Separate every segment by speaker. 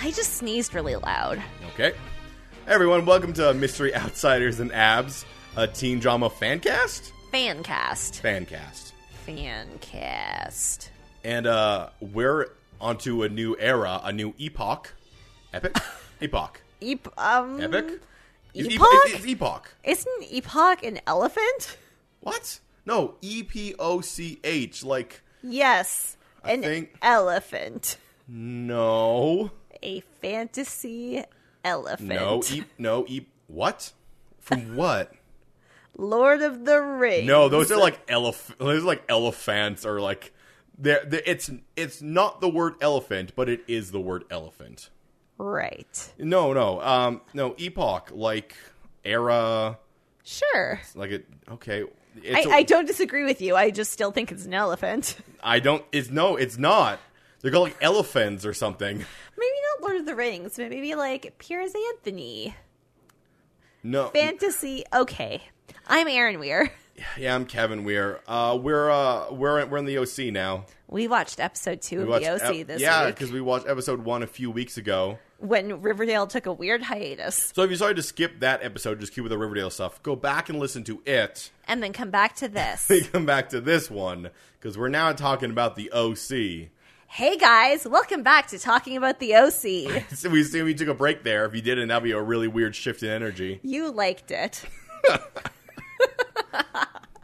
Speaker 1: I just sneezed really loud.
Speaker 2: Okay. Everyone, welcome to Mystery Outsiders and Abs, a teen drama fan cast?
Speaker 1: Fan cast.
Speaker 2: Fan cast.
Speaker 1: Fan cast.
Speaker 2: And uh, we're onto a new era, a new epoch. Epic? epoch.
Speaker 1: Eep, um,
Speaker 2: Epic? Is ep-
Speaker 1: Epoch?
Speaker 2: is- is epoch.
Speaker 1: Isn't Epoch an elephant?
Speaker 2: What? No, E P O C H. Like,
Speaker 1: Yes,
Speaker 2: I
Speaker 1: an
Speaker 2: think-
Speaker 1: elephant.
Speaker 2: no.
Speaker 1: A fantasy elephant.
Speaker 2: No, e- no, e- what? From what?
Speaker 1: Lord of the Rings.
Speaker 2: No, those are like elef- those are like elephants or like they're, they're- it's it's not the word elephant, but it is the word elephant.
Speaker 1: Right.
Speaker 2: No, no. Um no, epoch like era
Speaker 1: Sure.
Speaker 2: like it okay.
Speaker 1: I
Speaker 2: It's
Speaker 1: I I don't disagree with you. I just still think it's an elephant.
Speaker 2: I don't it's no, it's not. They're called like elephants or something.
Speaker 1: Maybe not Lord of the Rings, but maybe like Piers Anthony.
Speaker 2: No.
Speaker 1: Fantasy. Okay. I'm Aaron Weir.
Speaker 2: yeah, I'm Kevin Weir. Uh we're uh we're we're in the OC now.
Speaker 1: We watched episode two of the
Speaker 2: watched
Speaker 1: OC
Speaker 2: ep-
Speaker 1: this
Speaker 2: Yeah,
Speaker 1: week
Speaker 2: because we watched episode 1 a few weeks ago.
Speaker 1: when Riverdale took a weird hiatus
Speaker 2: So if you started to skip that episode, just keep with the Riverdale stuff. Go back and listen to it.
Speaker 1: and then come back to this.
Speaker 2: We come back to this one because we're now talking about the OC.
Speaker 1: hey guys, welcome back to talking about the OC.
Speaker 2: So we assume you took a break there. If you didn't, that'd be a really weird shift in energy.
Speaker 1: You liked it.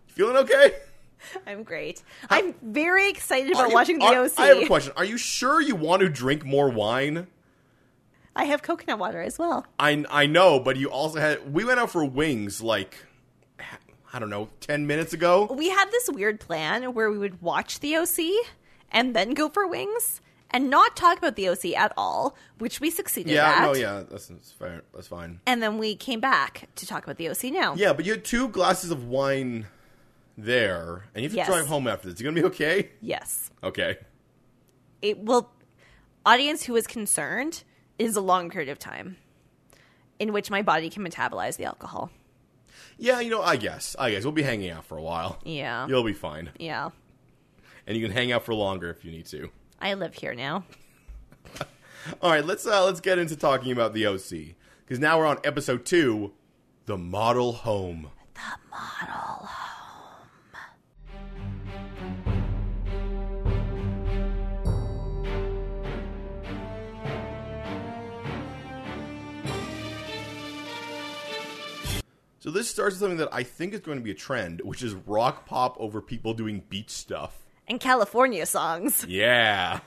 Speaker 2: Feeling okay?
Speaker 1: I'm great. I'm very excited about
Speaker 2: Are you-
Speaker 1: watching the
Speaker 2: are-
Speaker 1: OC.
Speaker 2: I have a question. Are you sure you want to drink more wine?
Speaker 1: I have coconut water as well.
Speaker 2: I I know, but you also had. We went out for wings like I don't know, ten minutes ago.
Speaker 1: We had this weird plan where we would watch the OC and then go for wings and not talk about the OC at all, which we succeeded
Speaker 2: Yeah,
Speaker 1: at.
Speaker 2: no, yeah, that's, that's fair. That's fine.
Speaker 1: And then we came back to talk about the OC now.
Speaker 2: Yeah, but you had two glasses of wine there, and you have to
Speaker 1: Yes.
Speaker 2: drive home after this. You gonna be okay?
Speaker 1: Yes.
Speaker 2: Okay.
Speaker 1: It will audience who is concerned it is a long period of time in which my body can metabolize the alcohol.
Speaker 2: Yeah, you know, I guess. I guess we'll be hanging out for a while.
Speaker 1: Yeah.
Speaker 2: You'll be fine.
Speaker 1: Yeah.
Speaker 2: And you can hang out for longer if you need to.
Speaker 1: I live here now.
Speaker 2: All right, let's uh let's get into talking about the OC cuz now we're on episode 2, The Model Home. So this starts with something that I think is going to be a trend, which is rock pop over people doing beach stuff.
Speaker 1: And California songs.
Speaker 2: Yeah.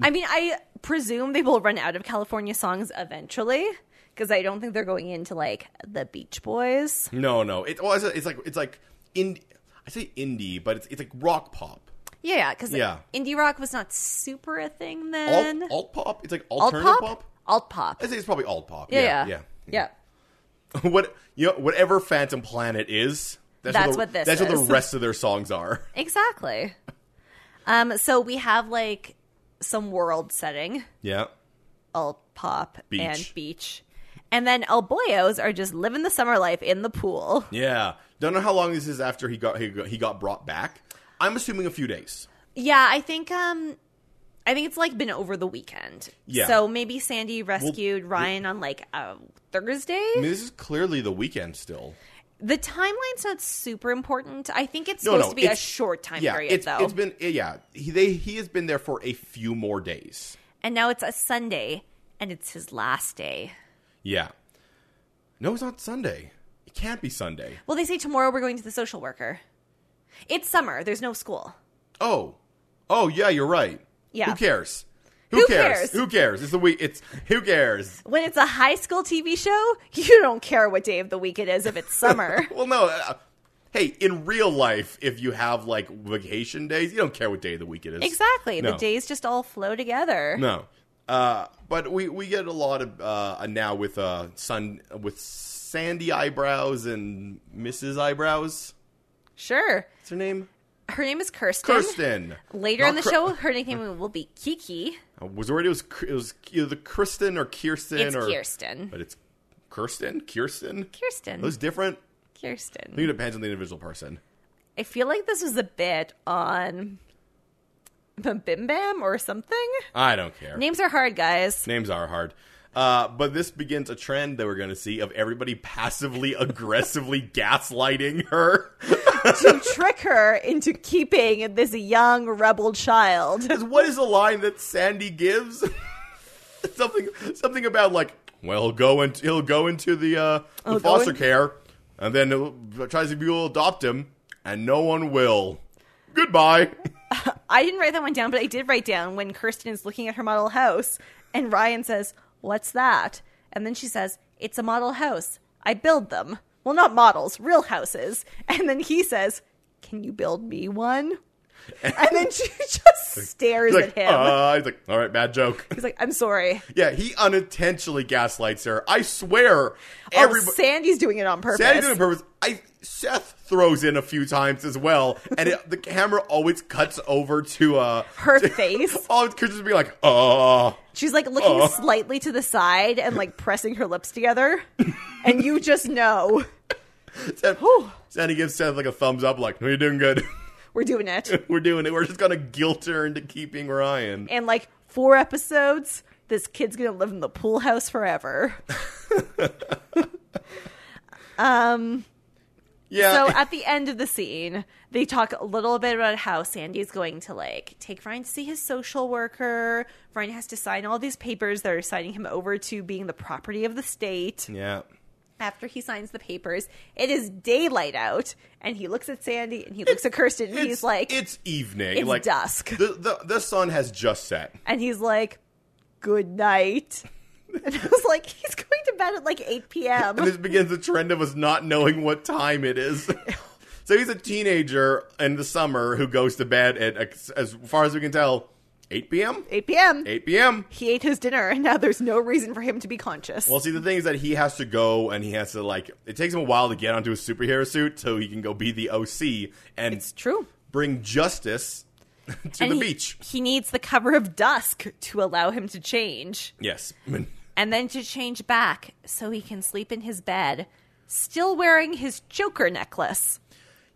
Speaker 1: I mean, I presume they will run out of California songs eventually because I don't think they're going into like the Beach Boys.
Speaker 2: No, no. It, well, it's, it's like it's like in I say indie, but it's it's like rock pop,
Speaker 1: Yeah, yeah, because
Speaker 2: Yeah.
Speaker 1: indie rock was not super a thing
Speaker 2: alt,
Speaker 1: then.
Speaker 2: alt pop. It's like
Speaker 1: Alt
Speaker 2: alternative
Speaker 1: pop?
Speaker 2: pop.
Speaker 1: Alt pop.
Speaker 2: I say it's probably alt pop.
Speaker 1: Yeah,
Speaker 2: yeah,
Speaker 1: yeah.
Speaker 2: yeah. what you know, whatever Phantom Planet is.
Speaker 1: That's
Speaker 2: the,
Speaker 1: what this
Speaker 2: That's what
Speaker 1: is.
Speaker 2: the rest of their songs are.
Speaker 1: Exactly. Um, so we have like some world setting,
Speaker 2: Yeah.
Speaker 1: alt pop
Speaker 2: Beach.
Speaker 1: and beach. And then El Boyos are just living the summer life in the pool.
Speaker 2: Yeah. Don't know how long this is after he got he got, he got brought back. I'm assuming a few days.
Speaker 1: Yeah, I think um I think it's like been over the weekend.
Speaker 2: Yeah.
Speaker 1: So maybe Sandy rescued
Speaker 2: th-
Speaker 1: Ryan on like a Thursday.
Speaker 2: I mean, this is clearly the weekend still.
Speaker 1: the timeline's not super important. I think it's
Speaker 2: No,
Speaker 1: supposed
Speaker 2: no,
Speaker 1: to be a
Speaker 2: it's-
Speaker 1: short time
Speaker 2: yeah,
Speaker 1: period
Speaker 2: it's,
Speaker 1: though.
Speaker 2: it's been yeah. He they he has been there for a few more days.
Speaker 1: and now it's a Sunday and it's his last day.
Speaker 2: Yeah. No, it's not Sunday. It can't be Sunday.
Speaker 1: Well, they say tomorrow we're going to the social worker. It's summer. There's no school.
Speaker 2: Oh. Oh yeah, you're right.
Speaker 1: Yeah.
Speaker 2: Who cares?
Speaker 1: Who cares?
Speaker 2: Who cares? It's the week it's who cares?
Speaker 1: When it's a high school TV show, you don't care what day of the week it is if it's summer.
Speaker 2: Well no uh, hey, in real life, if you have like vacation days, you don't care what day of the week it is.
Speaker 1: exactly.
Speaker 2: No.
Speaker 1: The days just all flow together.
Speaker 2: No. Uh but we we get a lot of uh now with uh sun with sandy eyebrows and Mrs. Eyebrows.
Speaker 1: Sure.
Speaker 2: What's her name?
Speaker 1: Her name is Kirsten.
Speaker 2: Kirsten.
Speaker 1: Later
Speaker 2: Not
Speaker 1: in the
Speaker 2: Kir-
Speaker 1: show, her nickname will be Kiki.
Speaker 2: I was worried it was it was either Kristen or Kirsten
Speaker 1: It's
Speaker 2: or
Speaker 1: Kirsten.
Speaker 2: but it's Kirsten, Kirsten. Are
Speaker 1: Kirsten.
Speaker 2: those different. I
Speaker 1: Kirsten.
Speaker 2: think it depends on the individual person.
Speaker 1: I feel like this was a bit on Bim Bam or something.
Speaker 2: I don't care.
Speaker 1: Names are hard, guys.
Speaker 2: Names are hard. Uh, but this begins a trend that we're going to see of everybody passively aggressively gaslighting her.
Speaker 1: to trick her into keeping this young rebel child.
Speaker 2: Because what is the line that Sandy gives? something something about like, well, he'll go and he'll go into the, uh,
Speaker 1: He'll Oh, go
Speaker 2: the foster
Speaker 1: in-
Speaker 2: care, and then he'll- tries to be will adopt him, and no one will. Goodbye.
Speaker 1: I didn't write that one down, but I did write down when Kirsten is looking at her model house and Ryan says, What's that? And then she says, It's a model house. I build them. Well, not models, real houses. And then he says, Can you build me one? And then she just stares
Speaker 2: He's
Speaker 1: at
Speaker 2: like,
Speaker 1: him.
Speaker 2: uh, he's like, all right, bad joke.
Speaker 1: He's like, I'm sorry.
Speaker 2: Yeah, he unintentionally gaslights her. I swear.
Speaker 1: Oh,
Speaker 2: everybo-
Speaker 1: Sandy's doing it on purpose.
Speaker 2: Sandy did it on purpose. I Seth throws in a few times as well, and it, the camera always cuts over to uh
Speaker 1: her face.
Speaker 2: oh, it could just be like uh
Speaker 1: She's like looking
Speaker 2: Oh.
Speaker 1: slightly to the side and like pressing her lips together. and you just know
Speaker 2: Seth, Sandy gives Seth like a thumbs up, like no, you're doing good.
Speaker 1: we're doing it.
Speaker 2: We're doing it. We're just gonna guilt her into keeping Ryan.
Speaker 1: And like four episodes, this kid's gonna live in the pool house forever.
Speaker 2: Yeah,
Speaker 1: So at the end of the scene, they talk a little bit about how Sandy's going to like take Ryan to see his social worker. Ryan has to sign all these papers that are signing him over to being the property of the state.
Speaker 2: yeah.
Speaker 1: After he signs the papers, it is daylight out, and he looks at Sandy and he looks at Kirsten and he's
Speaker 2: It's-
Speaker 1: like
Speaker 2: it's evening,
Speaker 1: it's
Speaker 2: like
Speaker 1: dusk.
Speaker 2: The, the the sun has just set.
Speaker 1: And he's like, good night. And I was like, he's going to bed at like 8 p.m.
Speaker 2: And this begins the trend of us not knowing what time it is. so he's a teenager in the summer who goes to bed at, as far as we can tell, 8 p.m.?
Speaker 1: 8 p.m.
Speaker 2: 8 p.m.
Speaker 1: He ate his dinner, and now there's no reason for him to be conscious.
Speaker 2: Well, see, the thing is that he has to go and he has to, like, it takes him a while to get onto his superhero suit so he can go be the OC and
Speaker 1: it's true.
Speaker 2: bring justice to
Speaker 1: And
Speaker 2: the
Speaker 1: he-
Speaker 2: beach.
Speaker 1: He needs the cover of dusk to allow him to change,
Speaker 2: Yes. I mean,
Speaker 1: and then to change back so he can sleep in his bed, still wearing his Joker necklace.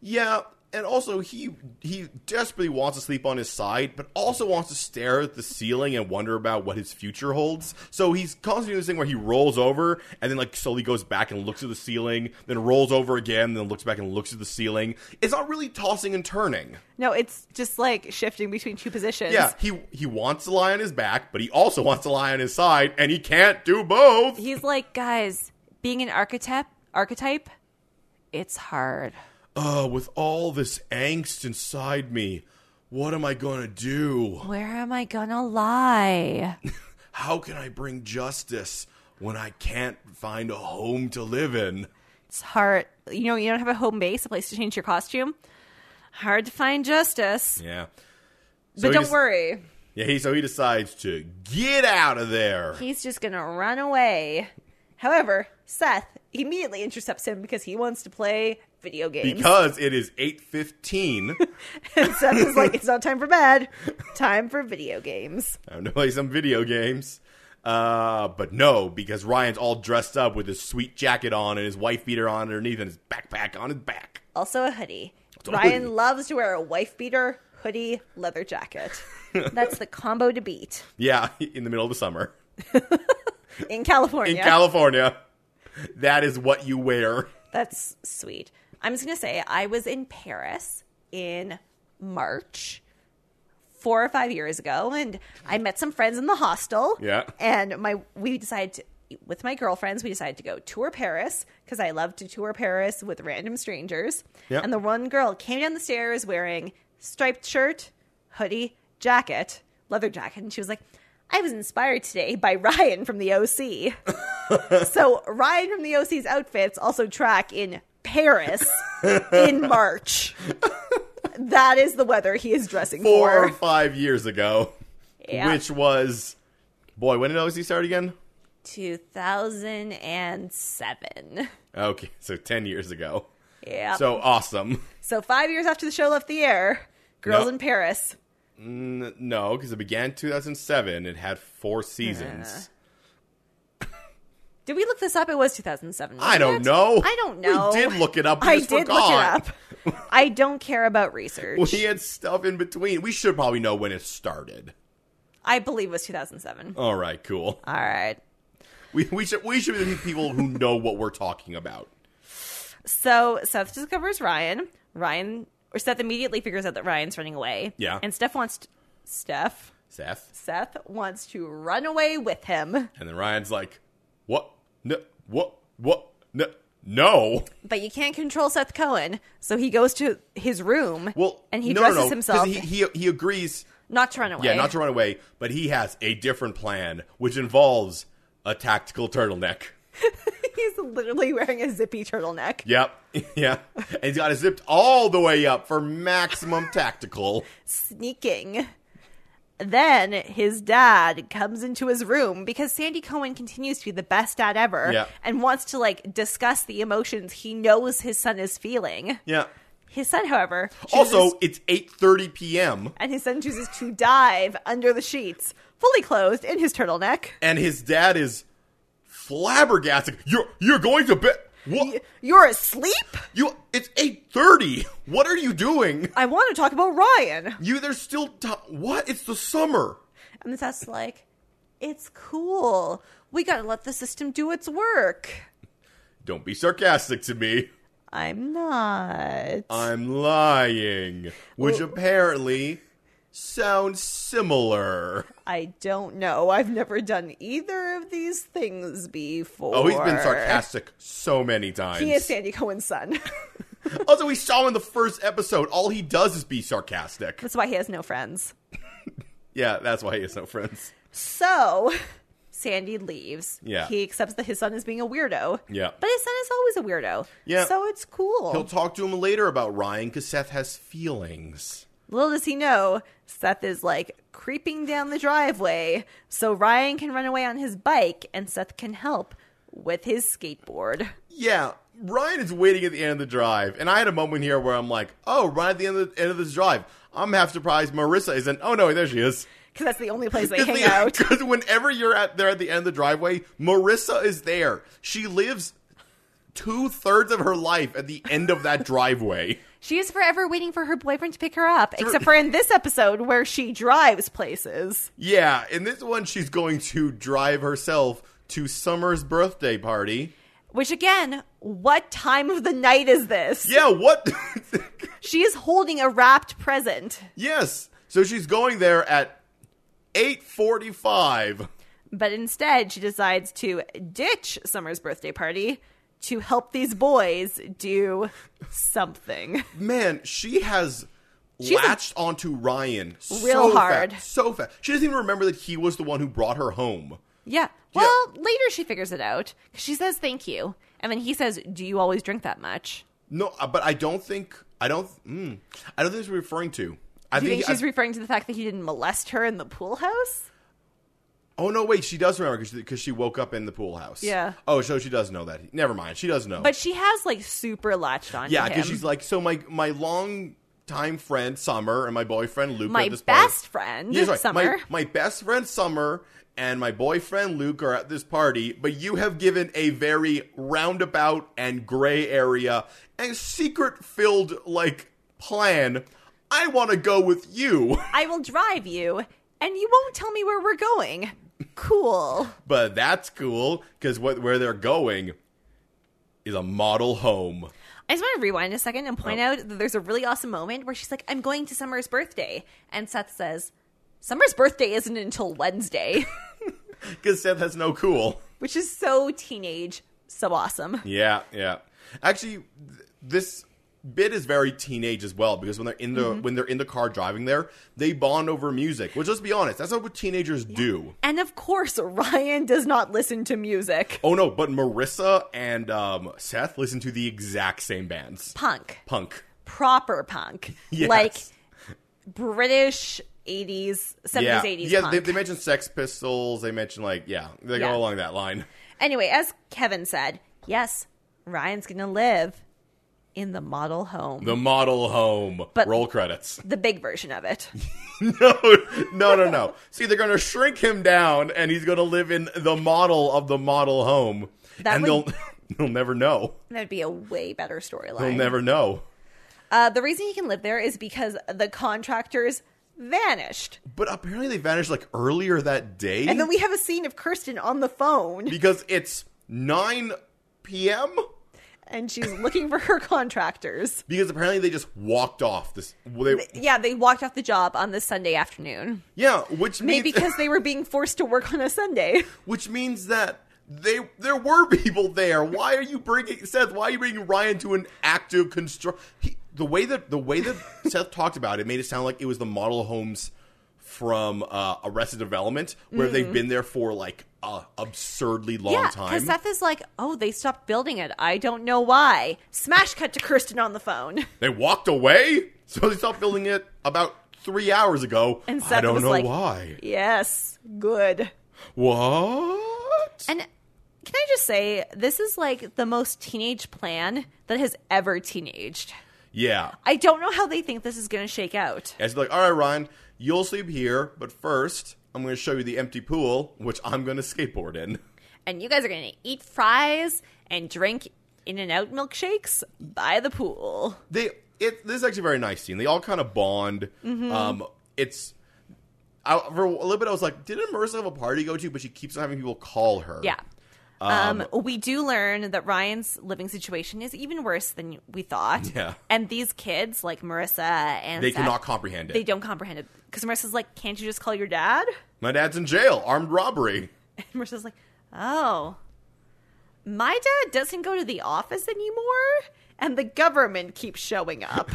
Speaker 2: Yeah, and also he he desperately wants to sleep on his side, but also wants to stare at the ceiling and wonder about what his future holds. So he's constantly doing this thing where he rolls over and then like slowly goes back and looks at the ceiling, then rolls over again, then looks back and looks at the ceiling. It's not really tossing and turning.
Speaker 1: No, it's just like shifting between two positions.
Speaker 2: Yeah, he he wants to lie on his back, but he also wants to lie on his side, and he can't do both.
Speaker 1: He's like, guys, being an archetype, archetype, it's hard.
Speaker 2: Uh, with all this angst inside me, what am I gonna do?
Speaker 1: Where am I gonna lie?
Speaker 2: How can I bring justice when I can't find a home to live in?
Speaker 1: It's hard. You know, you don't have a home base, a place to change your costume. Hard to find justice.
Speaker 2: Yeah. So
Speaker 1: but
Speaker 2: he
Speaker 1: don't
Speaker 2: just-
Speaker 1: worry.
Speaker 2: Yeah, he, so he decides to get out of there.
Speaker 1: He's just gonna run away. However, Seth immediately intercepts him because he wants to play video games.
Speaker 2: Because it is 8.15,
Speaker 1: and Seth is like, it's not time for bed, time for video games.
Speaker 2: I'm going to play some video games. Uh, but no, because Ryan's all dressed up with his sweet jacket on and his wife beater on underneath and his backpack on his back.
Speaker 1: Also a hoodie.
Speaker 2: a
Speaker 1: Ryan
Speaker 2: hoodie.
Speaker 1: loves to wear a wife beater, hoodie, leather jacket. That's the combo to beat
Speaker 2: Yeah, in the middle of the summer.
Speaker 1: in California.
Speaker 2: In California, that is what you wear.
Speaker 1: That's sweet. I'm just going to say I was in Paris in March four or five years ago, and I met some friends in the hostel.
Speaker 2: Yeah.
Speaker 1: And my we decided to. With my girlfriends, we decided to go tour Paris because I love to tour Paris with random strangers.
Speaker 2: Yeah.
Speaker 1: And the one girl came down the stairs wearing striped shirt, hoodie, jacket, leather jacket, and she was like, "I was inspired today by Ryan from the OC." So Ryan from the OC's outfits also track in Paris in March. that is the weather he is dressing
Speaker 2: four
Speaker 1: for.
Speaker 2: or five years ago,
Speaker 1: Yeah.
Speaker 2: which was boy. When did OC start again?
Speaker 1: 2007.
Speaker 2: Okay, so ten years ago.
Speaker 1: Yeah. So,
Speaker 2: So awesome.
Speaker 1: five years after the show left the air, Girls
Speaker 2: No.
Speaker 1: in Paris.
Speaker 2: N- No, because it began 2007. It had four
Speaker 1: Uh.
Speaker 2: seasons.
Speaker 1: Did we look this up? It was 2007.
Speaker 2: I
Speaker 1: wasn't
Speaker 2: don't
Speaker 1: it?
Speaker 2: know.
Speaker 1: I don't know.
Speaker 2: We did look it up. We
Speaker 1: I
Speaker 2: just
Speaker 1: did look
Speaker 2: forgot.
Speaker 1: it up. I don't care about research.
Speaker 2: We had stuff in between. We should probably know when it started.
Speaker 1: I believe it was 2007.
Speaker 2: All right, cool.
Speaker 1: All right.
Speaker 2: We, we should we should be the people who know what we're talking about.
Speaker 1: So Seth discovers Ryan. Ryan or Seth immediately figures out that Ryan's running away.
Speaker 2: Yeah.
Speaker 1: And Steph wants to, Steph
Speaker 2: Seth.
Speaker 1: Seth wants to run away with him,
Speaker 2: And then Ryan's like, "What? No. What? What? No. No."
Speaker 1: but you can't control Seth Cohen, so he goes to his room.
Speaker 2: Well,
Speaker 1: and he
Speaker 2: no, no,
Speaker 1: dresses
Speaker 2: no, 'cause
Speaker 1: himself
Speaker 2: He, he he agrees.
Speaker 1: not to run away.
Speaker 2: Yeah, not to run away, but he has a different plan, which involves a tactical turtleneck.
Speaker 1: He's literally wearing a zippy turtleneck.
Speaker 2: Yep. Yeah. And he's got it zipped all the way up for maximum tactical.
Speaker 1: sneaking. Then his dad comes into his room because Sandy Cohen continues to be the best dad ever
Speaker 2: Yeah.
Speaker 1: and wants to like discuss the emotions he knows his son is feeling.
Speaker 2: Yeah.
Speaker 1: His son, however, chooses-
Speaker 2: Also, it's 8:30 p.m.
Speaker 1: and his son chooses to dive under the sheets, fully clothed in his turtleneck.
Speaker 2: and his dad is flabbergasted. You're you're going to bed. What
Speaker 1: You're asleep?
Speaker 2: you? It's eight thirty. What are you doing?
Speaker 1: I want to talk about Ryan.
Speaker 2: You there's still ti what? It's the summer.
Speaker 1: And the test's like, it's cool. We got to let the system do its work.
Speaker 2: Don't be sarcastic to me.
Speaker 1: I'm not.
Speaker 2: I'm lying, which apparently sounds similar.
Speaker 1: I don't know. I've never done either of these things before.
Speaker 2: Oh, he's been sarcastic so many times.
Speaker 1: He is Sandy Cohen's son.
Speaker 2: also, we saw him in the first episode. All he does is be sarcastic.
Speaker 1: That's why he has no friends.
Speaker 2: Yeah, that's why he has no friends.
Speaker 1: So, Sandy leaves.
Speaker 2: Yeah.
Speaker 1: He accepts that his son is being a weirdo.
Speaker 2: Yeah.
Speaker 1: But his son is always a weirdo.
Speaker 2: Yeah.
Speaker 1: So it's cool.
Speaker 2: He'll talk to him later about Ryan because Seth has feelings.
Speaker 1: Little does he know, Seth is like creeping down the driveway so Ryan can run away on his bike and Seth can help with his skateboard.
Speaker 2: Yeah, Ryan is waiting at the end of the drive, and I had a moment here where I'm like, "Oh, right at the end of the end of this drive, I'm half surprised Marissa isn't." Oh no, there she is.
Speaker 1: Because that's the only place they hang out.
Speaker 2: Because whenever you're at there at the end of the driveway, Marissa is there. She lives two thirds of her life at the end of that driveway.
Speaker 1: She is forever waiting for her boyfriend to pick her up, except for in this episode where she drives places.
Speaker 2: Yeah, in this one, she's going to drive herself to Summer's birthday party.
Speaker 1: Which, again, what time of the night is this?
Speaker 2: Yeah, what?
Speaker 1: She is holding a wrapped present,
Speaker 2: yes, so she's going there at eight forty-five.
Speaker 1: but instead she decides to ditch Summer's birthday party to help these boys do something.
Speaker 2: man, she has
Speaker 1: She's a-
Speaker 2: latched onto Ryan so
Speaker 1: Real hard.
Speaker 2: fast, so fast. She doesn't even remember that he was the one who brought her home.
Speaker 1: Yeah. Well, later she figures it out. She says thank you. And then he says, Do you always drink that much?
Speaker 2: No, uh, but I don't think I don't. Mm, I don't think she's referring to. I
Speaker 1: Do you think
Speaker 2: he- uh,
Speaker 1: she's
Speaker 2: I-
Speaker 1: referring to the fact that he didn't molest her in the pool house?
Speaker 2: oh no, wait, she does remember because she, woke up in the pool house.
Speaker 1: Yeah.
Speaker 2: Oh, so she does know that. Never mind, she does know.
Speaker 1: But she has like super latched on.
Speaker 2: yeah,
Speaker 1: to
Speaker 2: because
Speaker 1: him.
Speaker 2: she's like, so my my long time friend Summer and my boyfriend Luke.
Speaker 1: my
Speaker 2: at this
Speaker 1: best
Speaker 2: party-
Speaker 1: friend.
Speaker 2: Yes, right.
Speaker 1: Summer.
Speaker 2: My, my best friend Summer and my boyfriend Luke are at this party, but you have given a very roundabout and gray area and secret filled like plan. I want to go with you,
Speaker 1: I will drive you, and you won't tell me where we're going. Cool.
Speaker 2: but that's cool because what where they're going is a model home.
Speaker 1: I just want to rewind a second and point
Speaker 2: Oh.
Speaker 1: out that there's a really awesome moment where she's like, "I'm going to Summer's birthday," and Seth says, "Summer's birthday isn't until Wednesday,"
Speaker 2: Because Seth has no cool.
Speaker 1: which is so teenage, so awesome.
Speaker 2: Yeah, yeah. Actually, th- this bit is very teenage as well because when they're in the when they're in the car driving there, they bond over music. Which let's be honest, that's not what teenagers do.
Speaker 1: And of course, Ryan does not listen to music.
Speaker 2: Oh no, but Marissa and um, Seth listen to the exact same bands.
Speaker 1: Punk,
Speaker 2: Punk.
Speaker 1: proper punk,
Speaker 2: Yes.
Speaker 1: like British. 80s, 70s,
Speaker 2: yeah,
Speaker 1: 80s.
Speaker 2: yeah.
Speaker 1: punk.
Speaker 2: They, they mentioned Sex Pistols. They mentioned like yeah, they
Speaker 1: Yeah.
Speaker 2: go along that line.
Speaker 1: Anyway, as Kevin said, yes, Ryan's going to live in the model home.
Speaker 2: The model home.
Speaker 1: But-
Speaker 2: Roll credits.
Speaker 1: the big version of it.
Speaker 2: No, no, no, no. See, they're going to shrink him down, and he's going to live in the model of the model home,
Speaker 1: That
Speaker 2: and
Speaker 1: would-
Speaker 2: they'll they'll never know.
Speaker 1: That'd be a way better
Speaker 2: They'll
Speaker 1: storyline.
Speaker 2: never know.
Speaker 1: Uh, the reason he can live there is because the contractors vanished.
Speaker 2: But apparently they vanished like earlier that day.
Speaker 1: And then we have a scene of Kirsten on the phone
Speaker 2: because it's 9 p.m.
Speaker 1: and she's looking for her contractors.
Speaker 2: Because apparently they just walked off this. They,
Speaker 1: Yeah, they walked off the job on this Sunday afternoon.
Speaker 2: yeah, which means
Speaker 1: Maybe because they were being forced to work on a Sunday.
Speaker 2: which means that they there were people there. Why are you bringing Seth? Why are you bringing Ryan to an active construct? He, the way that the way that Seth talked about it made it sound like it was the model homes from uh, Arrested Development, where they've been there for like a absurdly long
Speaker 1: Mm-hmm. yeah,
Speaker 2: time.
Speaker 1: because Seth is like, oh, they stopped building it. I don't know why. Smash cut to Kirsten on the phone.
Speaker 2: they walked away, so they stopped building it about three hours ago.
Speaker 1: And
Speaker 2: I
Speaker 1: Seth
Speaker 2: don't
Speaker 1: was
Speaker 2: know
Speaker 1: like-
Speaker 2: why.
Speaker 1: Yes, good.
Speaker 2: What?
Speaker 1: And can I just say, this is like the most teenage plan that has ever teenaged.
Speaker 2: yeah.
Speaker 1: I don't know how they think this is going to shake out.
Speaker 2: And she's like, all right, Ryan, you'll sleep here, but first, I'm going to show you the empty pool, which I'm going to skateboard in.
Speaker 1: And you guys are going to eat fries and drink In and Out milkshakes by the pool.
Speaker 2: They, it, this is actually a very nice scene. They all kind of bond.
Speaker 1: Mm-hmm.
Speaker 2: Um, it's, I, for a little bit, I was like, didn't Marissa have a party to go to? But she keeps on having people call her.
Speaker 1: Yeah. Um, we do learn that Ryan's living situation is even worse than we thought.
Speaker 2: Yeah.
Speaker 1: And these kids, like Marissa and
Speaker 2: They
Speaker 1: Seth,
Speaker 2: cannot comprehend it.
Speaker 1: they don't comprehend it because Marissa's like, "Can't you just call your dad?"
Speaker 2: My dad's in jail, armed robbery.
Speaker 1: And Marissa's like, "Oh, my dad doesn't go to the office anymore, and the government keeps showing up,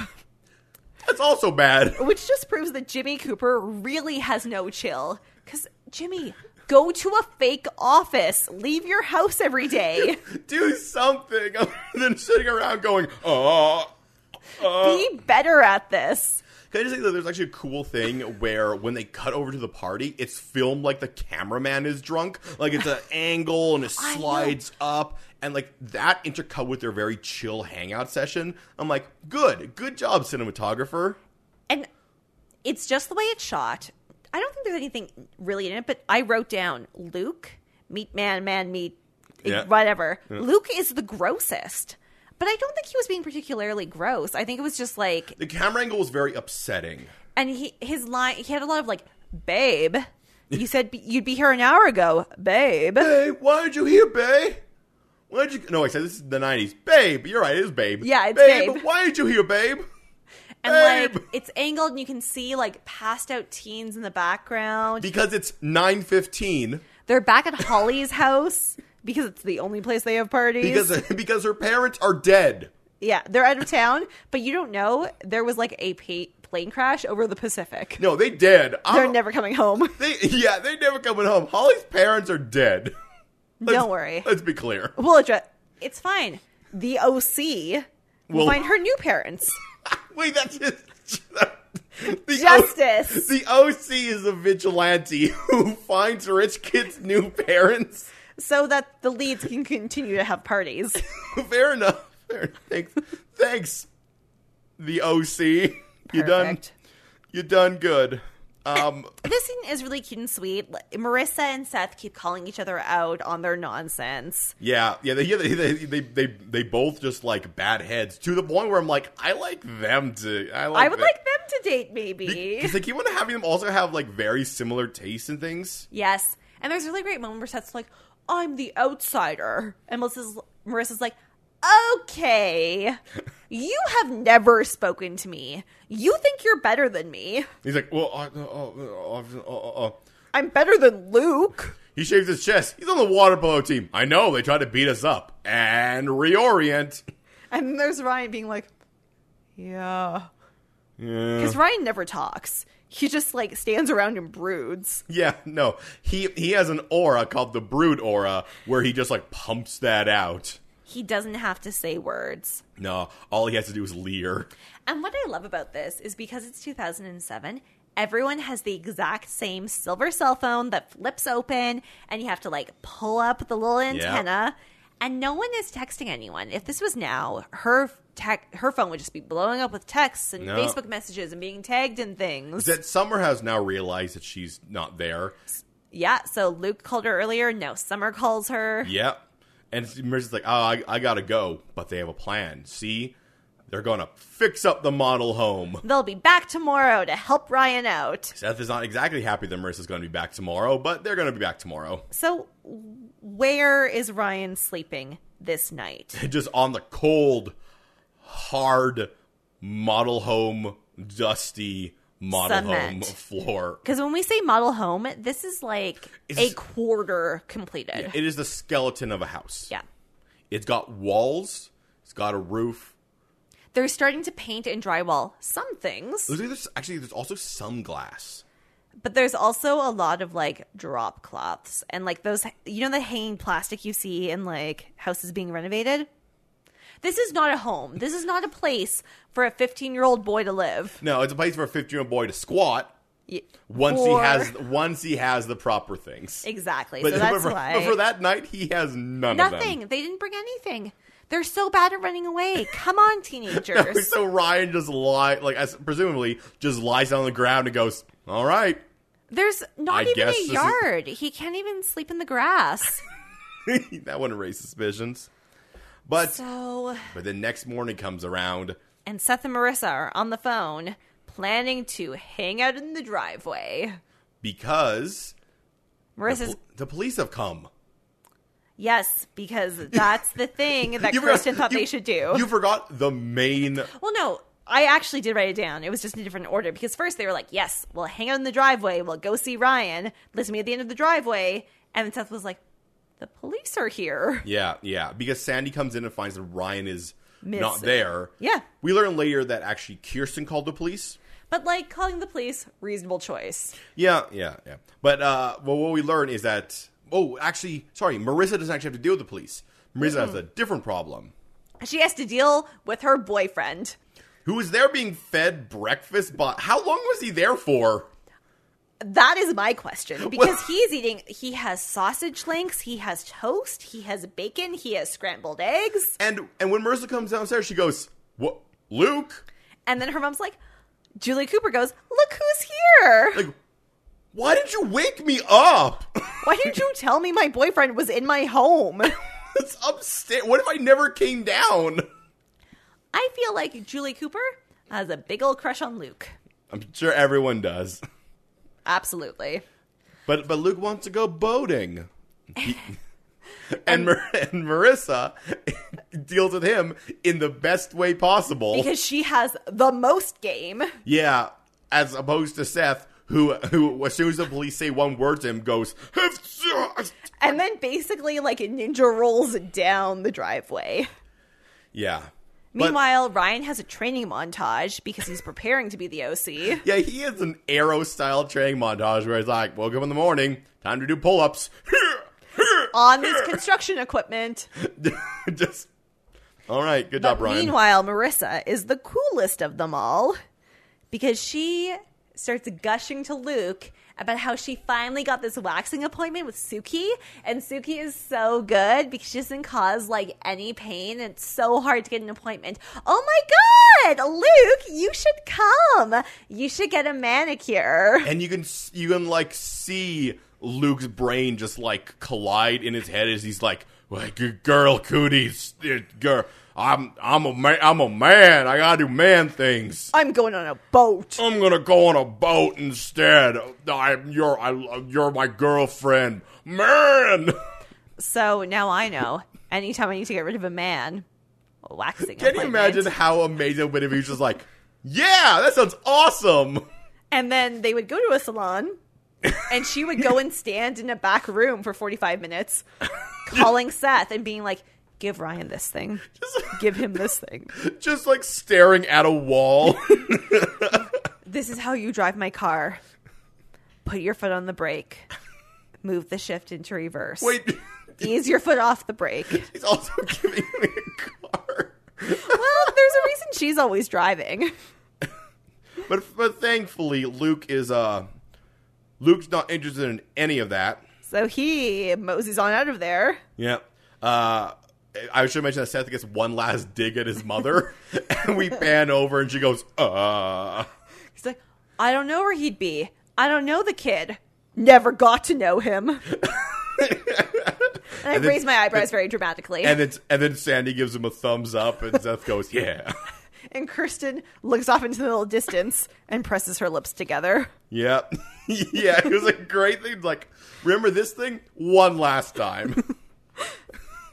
Speaker 2: That's also bad.
Speaker 1: which just proves that Jimmy Cooper really has no chill." Because Jimmy, go to a fake office, leave your house every day.
Speaker 2: Do something other than sitting around going, oh,
Speaker 1: be better at this.
Speaker 2: Can I just say that there's actually a cool thing where when they cut over to the party, it's filmed like the cameraman is drunk. Like it's an angle and it
Speaker 1: I know.
Speaker 2: slides up. And like that intercut with their very chill hangout session. I'm like, good. Good job, cinematographer.
Speaker 1: And it's just the way it's shot. I don't think there's anything really in it, but I wrote down Luke, meat man, man meat, eh,
Speaker 2: Yeah.
Speaker 1: whatever. Luke is the grossest. But I don't think he was being particularly gross. I think it was just like
Speaker 2: The camera angle was very upsetting.
Speaker 1: and he his line he had a lot of like, babe. You said b- you'd be here an hour ago, babe.
Speaker 2: Hey, why aren't you here, babe? Why aren't you? No, I said this is the 90s. Babe. You're right. It is babe.
Speaker 1: Yeah, it's
Speaker 2: babe.
Speaker 1: babe.
Speaker 2: Why aren't you here, babe?
Speaker 1: And
Speaker 2: babe.
Speaker 1: like it's angled and you can see like passed out teens in the background.
Speaker 2: Because it's 915.
Speaker 1: They're back at Holly's house because it's the only place they have parties.
Speaker 2: Because, because her parents are dead.
Speaker 1: Yeah, they're out of town, but you don't know there was like a pa- plane crash over the Pacific.
Speaker 2: No, they dead.
Speaker 1: They're
Speaker 2: I'm-
Speaker 1: never coming home.
Speaker 2: They yeah, they never coming home. Holly's parents are dead. Let's-
Speaker 1: don't worry.
Speaker 2: Let's be clear.
Speaker 1: We'll address. It's fine. The OC will
Speaker 2: Well-
Speaker 1: find her new parents.
Speaker 2: Wait, that's just the
Speaker 1: Justice.
Speaker 2: O, the OC is a vigilante who finds rich kids' new parents.
Speaker 1: so that the leads can continue to have parties.
Speaker 2: Fair enough. Fair. Thanks. Thanks. The OC. You done.
Speaker 1: Perfect.
Speaker 2: You done good. Um.
Speaker 1: This scene is really cute and sweet. Like, Marissa and Seth keep calling each other out on their nonsense.
Speaker 2: Yeah. Yeah. They, yeah, they, they. They. They. They both just like bad heads to the point where I'm like, I like them to. I like.
Speaker 1: I would
Speaker 2: them.
Speaker 1: like them to date, maybe.
Speaker 2: Because they keep on having them also have like very similar tastes and things.
Speaker 1: Yes. And there's a really great moment where Seth's like, I'm the outsider. And Melissa's, Marissa's like, okay, you have never spoken to me. You think you're better than me.
Speaker 2: He's like, well, I, oh, oh, oh, oh, oh.
Speaker 1: I'm better than Luke.
Speaker 2: he shaves his chest. He's on the water polo team. I know they tried to beat us up and reorient.
Speaker 1: And then there's Ryan being like, yeah.
Speaker 2: Yeah.
Speaker 1: Because Ryan never talks. He just like stands around and broods.
Speaker 2: Yeah, no. He he has an aura called the Brood aura where he just like pumps that out.
Speaker 1: He doesn't have to say words.
Speaker 2: No, all he has to do is leer.
Speaker 1: And what I love about this is because it's 2007, everyone has the exact same silver cell phone that flips open and you have to like pull up the little antenna and no one is texting anyone. If this was now, her tech, her phone would just be blowing up with texts and
Speaker 2: No.
Speaker 1: Facebook messages and being tagged in things.
Speaker 2: That Summer has now realized that she's not there.
Speaker 1: yeah, so Luke called her earlier, now Summer calls her.
Speaker 2: Yep. And Marissa's like, oh, I, I gotta go. But they have a plan. See? They're gonna fix up the model home.
Speaker 1: They'll be back tomorrow to help Ryan out.
Speaker 2: Seth is not exactly happy that Marissa's gonna be back tomorrow, but they're gonna be back tomorrow.
Speaker 1: So, where is Ryan sleeping this night?
Speaker 2: Just on the cold, hard model home, dusty model home
Speaker 1: Cement.
Speaker 2: floor.
Speaker 1: Because when we say model home, this is like
Speaker 2: It's-
Speaker 1: a quarter completed.
Speaker 2: It is the skeleton of a house.
Speaker 1: yeah.
Speaker 2: It's got walls, it's got a roof.
Speaker 1: They're starting to paint and drywall some things,
Speaker 2: There's either- actually there's also some glass.
Speaker 1: but there's also a lot of like drop cloths and like those, you know, the hanging plastic you see in like houses being renovated? This is not a home. This is not a place for a 15 year old boy to live.
Speaker 2: No, it's a place for a 15 year old boy to squat
Speaker 1: Y-
Speaker 2: once he
Speaker 1: or-
Speaker 2: has once he has the proper things.
Speaker 1: Exactly.
Speaker 2: But,
Speaker 1: so that's
Speaker 2: but for,
Speaker 1: why.
Speaker 2: but for that night, he has none
Speaker 1: Nothing.
Speaker 2: of
Speaker 1: They didn't bring anything. They're so bad at running away. Come on,
Speaker 2: them.
Speaker 1: teenagers.
Speaker 2: So Ryan just lie like as, presumably just lies down on the ground and goes, "All right."
Speaker 1: There's not
Speaker 2: I
Speaker 1: even
Speaker 2: guess this
Speaker 1: a
Speaker 2: is-
Speaker 1: yard. He can't even sleep in the grass.
Speaker 2: that wouldn't raise suspicions. But
Speaker 1: So,
Speaker 2: but the next morning comes around.
Speaker 1: and Seth and Marissa are on the phone planning to hang out in the driveway.
Speaker 2: because the,
Speaker 1: Marissa's
Speaker 2: pol- the police have come.
Speaker 1: yes, because that's the thing that
Speaker 2: forgot-
Speaker 1: Kristen thought
Speaker 2: you-
Speaker 1: they should do.
Speaker 2: You forgot the main.
Speaker 1: Well, no, I actually did write it down. It was just in a different order because first they were like, "Yes, we'll hang out in the driveway. We'll go see Ryan. Let's meet at the end of the driveway." And then Seth was like, "The police are here."
Speaker 2: Yeah, yeah. Because Sandy comes in and finds that Ryan is not
Speaker 1: Missing.
Speaker 2: there.
Speaker 1: Yeah,
Speaker 2: We learn later that actually Kirsten called the police.
Speaker 1: but like calling the police, reasonable choice.
Speaker 2: Yeah, yeah, yeah. But uh, well, what we learn is that oh, actually, sorry, Marissa doesn't actually have to deal with the police. Marissa has a different problem.
Speaker 1: She has to deal with her boyfriend.
Speaker 2: Who is there being fed breakfast? But how long was he there for?
Speaker 1: That is my question because he's eating. He has sausage links. He has toast. He has bacon. He has scrambled eggs.
Speaker 2: And and when Marissa comes downstairs, she goes, "What, Luke?
Speaker 1: And then her mom's like, Julie Cooper goes, "Look who's here."
Speaker 2: Like, why did you wake me up?
Speaker 1: Why didn't you tell me my boyfriend was in my home?
Speaker 2: it's upstairs. What if I never came down?"
Speaker 1: I feel like Julie Cooper has a big old crush on Luke.
Speaker 2: I'm sure everyone does.
Speaker 1: Absolutely.
Speaker 2: But but Luke wants to go boating. He- and, Mar- and Marissa deals with him in the best way possible.
Speaker 1: Because she has the most game.
Speaker 2: yeah, as opposed to Seth, who who as soon as the police say one word to him, goes
Speaker 1: And then basically, like, a ninja rolls down the driveway.
Speaker 2: yeah. But-
Speaker 1: Meanwhile, Ryan has a training montage because he's preparing to be the OC.
Speaker 2: yeah, he has an arrow style training montage where he's like, "Woke up in the morning, time to do pull ups."
Speaker 1: On this construction equipment.
Speaker 2: Just all right, good job, Ryan.
Speaker 1: Meanwhile, Marissa is the coolest of them all because she starts gushing to Luke about how she finally got this waxing appointment with Suki, and Suki is so good because she doesn't cause like any pain. It's so hard to get an appointment. Oh my god, Luke, you should come. You should get a manicure.
Speaker 2: and you can s- you can like see Luke's brain just like collide in his head as he's like, like "G- "Girl, cooties, eh, girl, I'm I'm a man, I'm a man. I gotta do man things.
Speaker 1: I'm going on a boat.
Speaker 2: I'm gonna go on a boat instead. I'm your I, lo- you're my girlfriend, man.
Speaker 1: So now I know. Anytime I need to get rid of a man, a waxing.
Speaker 2: Can you
Speaker 1: appointment.
Speaker 2: imagine how amazing it would have been if he was just like, yeah, that sounds awesome.
Speaker 1: And then they would go to a salon, and she would go and stand in a back room for 45 minutes, calling Seth and being like, Give Ryan this thing. Give him this thing.
Speaker 2: Just like staring at a wall.
Speaker 1: This is how you drive my car. Put your foot on the brake. Move the shift into reverse.
Speaker 2: Wait,
Speaker 1: Ease your foot off the brake. Well,
Speaker 2: he's also giving me a car.
Speaker 1: there's a reason she's always driving.
Speaker 2: But but thankfully, Luke is uh, Luke's not interested in any of that.
Speaker 1: So he moseys on out of there.
Speaker 2: Yeah. Uh, I should mention that Seth gets one last dig at his mother, and we pan over, and she goes, "Uh."
Speaker 1: He's like, I don't know where he'd be. I don't know the kid. Never got to know him. and I
Speaker 2: And then-
Speaker 1: raised my eyebrows very dramatically.
Speaker 2: And then and then Sandy gives him a thumbs up, and Seth goes, "Yeah."
Speaker 1: and Kirsten looks off into the little distance and presses her lips together.
Speaker 2: Yeah. yeah, it was a great thing. Like, remember this thing? One last time.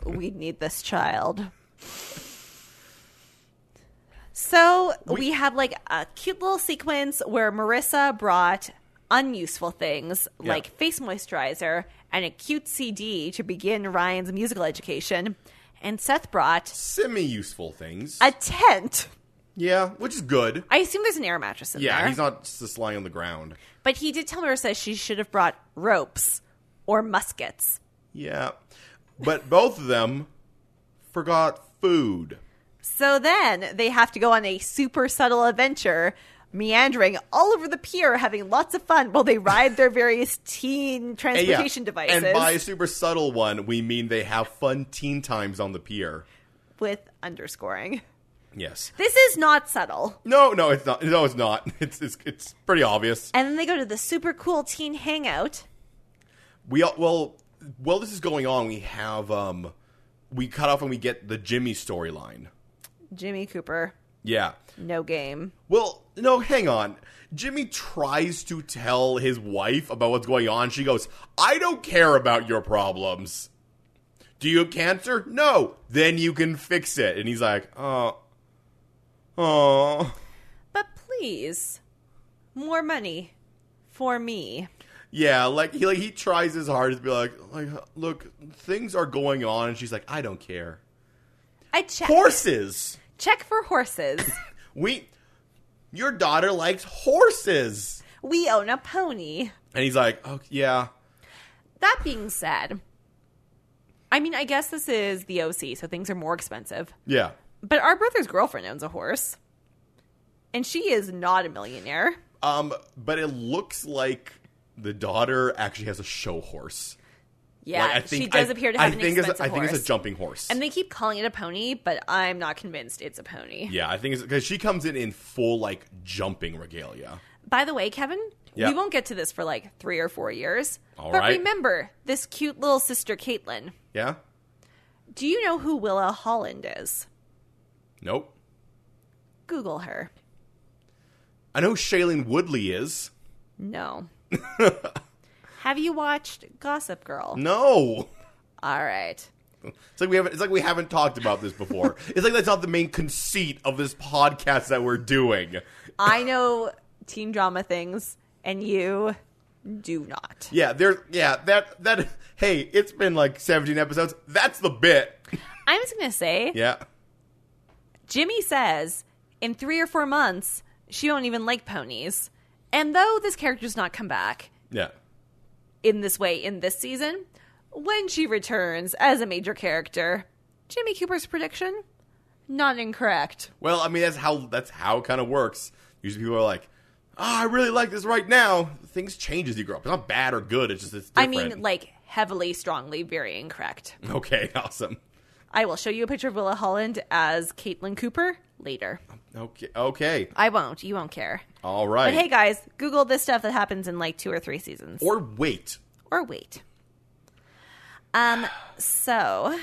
Speaker 1: We need this child. So we, have like a cute little sequence where Marissa brought unuseful things
Speaker 2: Yeah.
Speaker 1: like face moisturizer and a cute CD to begin Ryan's musical education, and Seth brought
Speaker 2: Semi useful things.
Speaker 1: a tent.
Speaker 2: yeah, which is good.
Speaker 1: I assume there's an air mattress in
Speaker 2: Yeah,
Speaker 1: there.
Speaker 2: he's not just lying on the ground.
Speaker 1: But he did tell Marissa she should have brought ropes or muskets.
Speaker 2: Yeah. But both of them forgot food.
Speaker 1: So then they have to go on a super subtle adventure, meandering all over the pier, having lots of fun while they ride their various teen
Speaker 2: And yeah,
Speaker 1: transportation devices
Speaker 2: And by a super subtle one, we mean they have fun teen times on the pier.
Speaker 1: with underscoring.
Speaker 2: Yes.
Speaker 1: This is not subtle.
Speaker 2: No, no, it's not. No, it's not. It's it's, it's pretty obvious.
Speaker 1: And then they go to the super cool teen hangout.
Speaker 2: We all, well, while this is going on, we have um, we cut off and we get the Jimmy storyline.
Speaker 1: Jimmy Cooper,
Speaker 2: Yeah.
Speaker 1: no game.
Speaker 2: Well, no, hang on. Jimmy tries to tell his wife about what's going on. She goes, "I don't care about your problems. Do you have cancer? No. Then you can fix it." And he's like, "Oh, oh."
Speaker 1: But please, more money for me.
Speaker 2: Yeah, like he like he tries his hardest to be like, like look, things are going on, and she's like, I don't care.
Speaker 1: I check
Speaker 2: Horses.
Speaker 1: check for horses.
Speaker 2: We, your daughter likes horses,
Speaker 1: we own a pony.
Speaker 2: and he's like, oh yeah,
Speaker 1: That being said, I mean, I guess this is the OC, so things are more expensive.
Speaker 2: yeah.
Speaker 1: But our brother's girlfriend owns a horse, and she is not a millionaire.
Speaker 2: Um, but it looks like the daughter actually has a show horse.
Speaker 1: Yeah,
Speaker 2: Like,
Speaker 1: she does
Speaker 2: I-
Speaker 1: appear to have
Speaker 2: I
Speaker 1: an
Speaker 2: think
Speaker 1: expensive
Speaker 2: it's a, I
Speaker 1: horse.
Speaker 2: think it's a jumping horse.
Speaker 1: and they keep calling it a pony, but I'm not convinced it's a pony.
Speaker 2: yeah, I think it's because she comes in in full like jumping regalia.
Speaker 1: By the way, Kevin,
Speaker 2: Yeah.
Speaker 1: we won't get to this for like three or four years.
Speaker 2: All
Speaker 1: but
Speaker 2: right.
Speaker 1: remember this cute little sister, Caitlin.
Speaker 2: Yeah.
Speaker 1: Do you know who Willa Holland is?
Speaker 2: Nope.
Speaker 1: Google her.
Speaker 2: I know who Shailene Woodley is.
Speaker 1: No. Have you watched Gossip Girl?
Speaker 2: No.
Speaker 1: All right.
Speaker 2: It's like we haven't. It's like we haven't talked about this before. it's like that's not the main conceit of this podcast that we're doing.
Speaker 1: I know teen drama things, and you do not.
Speaker 2: Yeah, there. Yeah, that that. Hey, it's been like seventeen episodes. That's the bit.
Speaker 1: I'm just going to say
Speaker 2: Yeah.
Speaker 1: Jimmy says in three or four months, she won't even like ponies. And though this character's not come back
Speaker 2: Yeah.
Speaker 1: in this way in this season, when she returns as a major character, Jimmy Cooper's prediction? Not incorrect.
Speaker 2: Well, I mean, that's how that's how it kind of works. Usually, people are like, "Ah, I really like this right now." Things change as you grow up. It's not bad or good. It's just it's different.
Speaker 1: I mean, like, heavily, strongly, very incorrect.
Speaker 2: okay, awesome.
Speaker 1: I will show you a picture of Willa Holland as Caitlin Cooper later.
Speaker 2: Okay, okay,
Speaker 1: I won't. You won't care.
Speaker 2: all right.
Speaker 1: But hey, guys, Google this stuff that happens in like two or three seasons. Or,
Speaker 2: or wait,
Speaker 1: wait. Um. So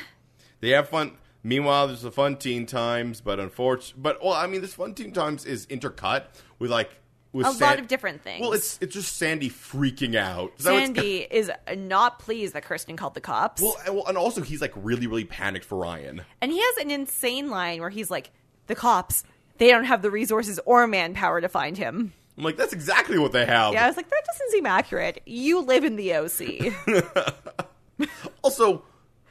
Speaker 2: they have fun. Meanwhile, there's the fun teen times, but unfortunately, but well, I mean, this fun teen times is intercut with like with
Speaker 1: a
Speaker 2: San-
Speaker 1: lot of different things.
Speaker 2: Well, it's it's just Sandy freaking out. So it's-
Speaker 1: Sandy is not pleased that Kirsten called the cops,
Speaker 2: well, and- well, and also he's like really, really panicked for Ryan.
Speaker 1: and he has an insane line where he's like, "The cops." They don't have the resources or manpower to find him.
Speaker 2: I'm like, that's exactly what they have.
Speaker 1: Yeah, I was like, that doesn't seem accurate. You live in the OC.
Speaker 2: Also,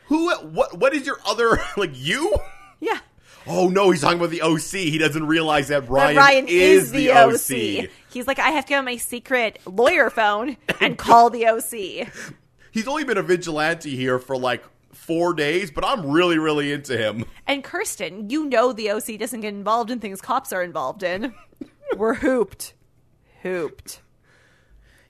Speaker 2: who? What? What is your other like? You?
Speaker 1: yeah.
Speaker 2: Oh no, he's talking about the OC. He doesn't realize that
Speaker 1: But
Speaker 2: Ryan,
Speaker 1: Ryan
Speaker 2: is, the OC.
Speaker 1: He's like, I have to get on my secret lawyer phone and call the OC.
Speaker 2: He's only been a vigilante here for like four days, but I'm really, really into him.
Speaker 1: And Kirsten, you know the OC doesn't get involved in things cops are involved in. We're hooped. Hooped.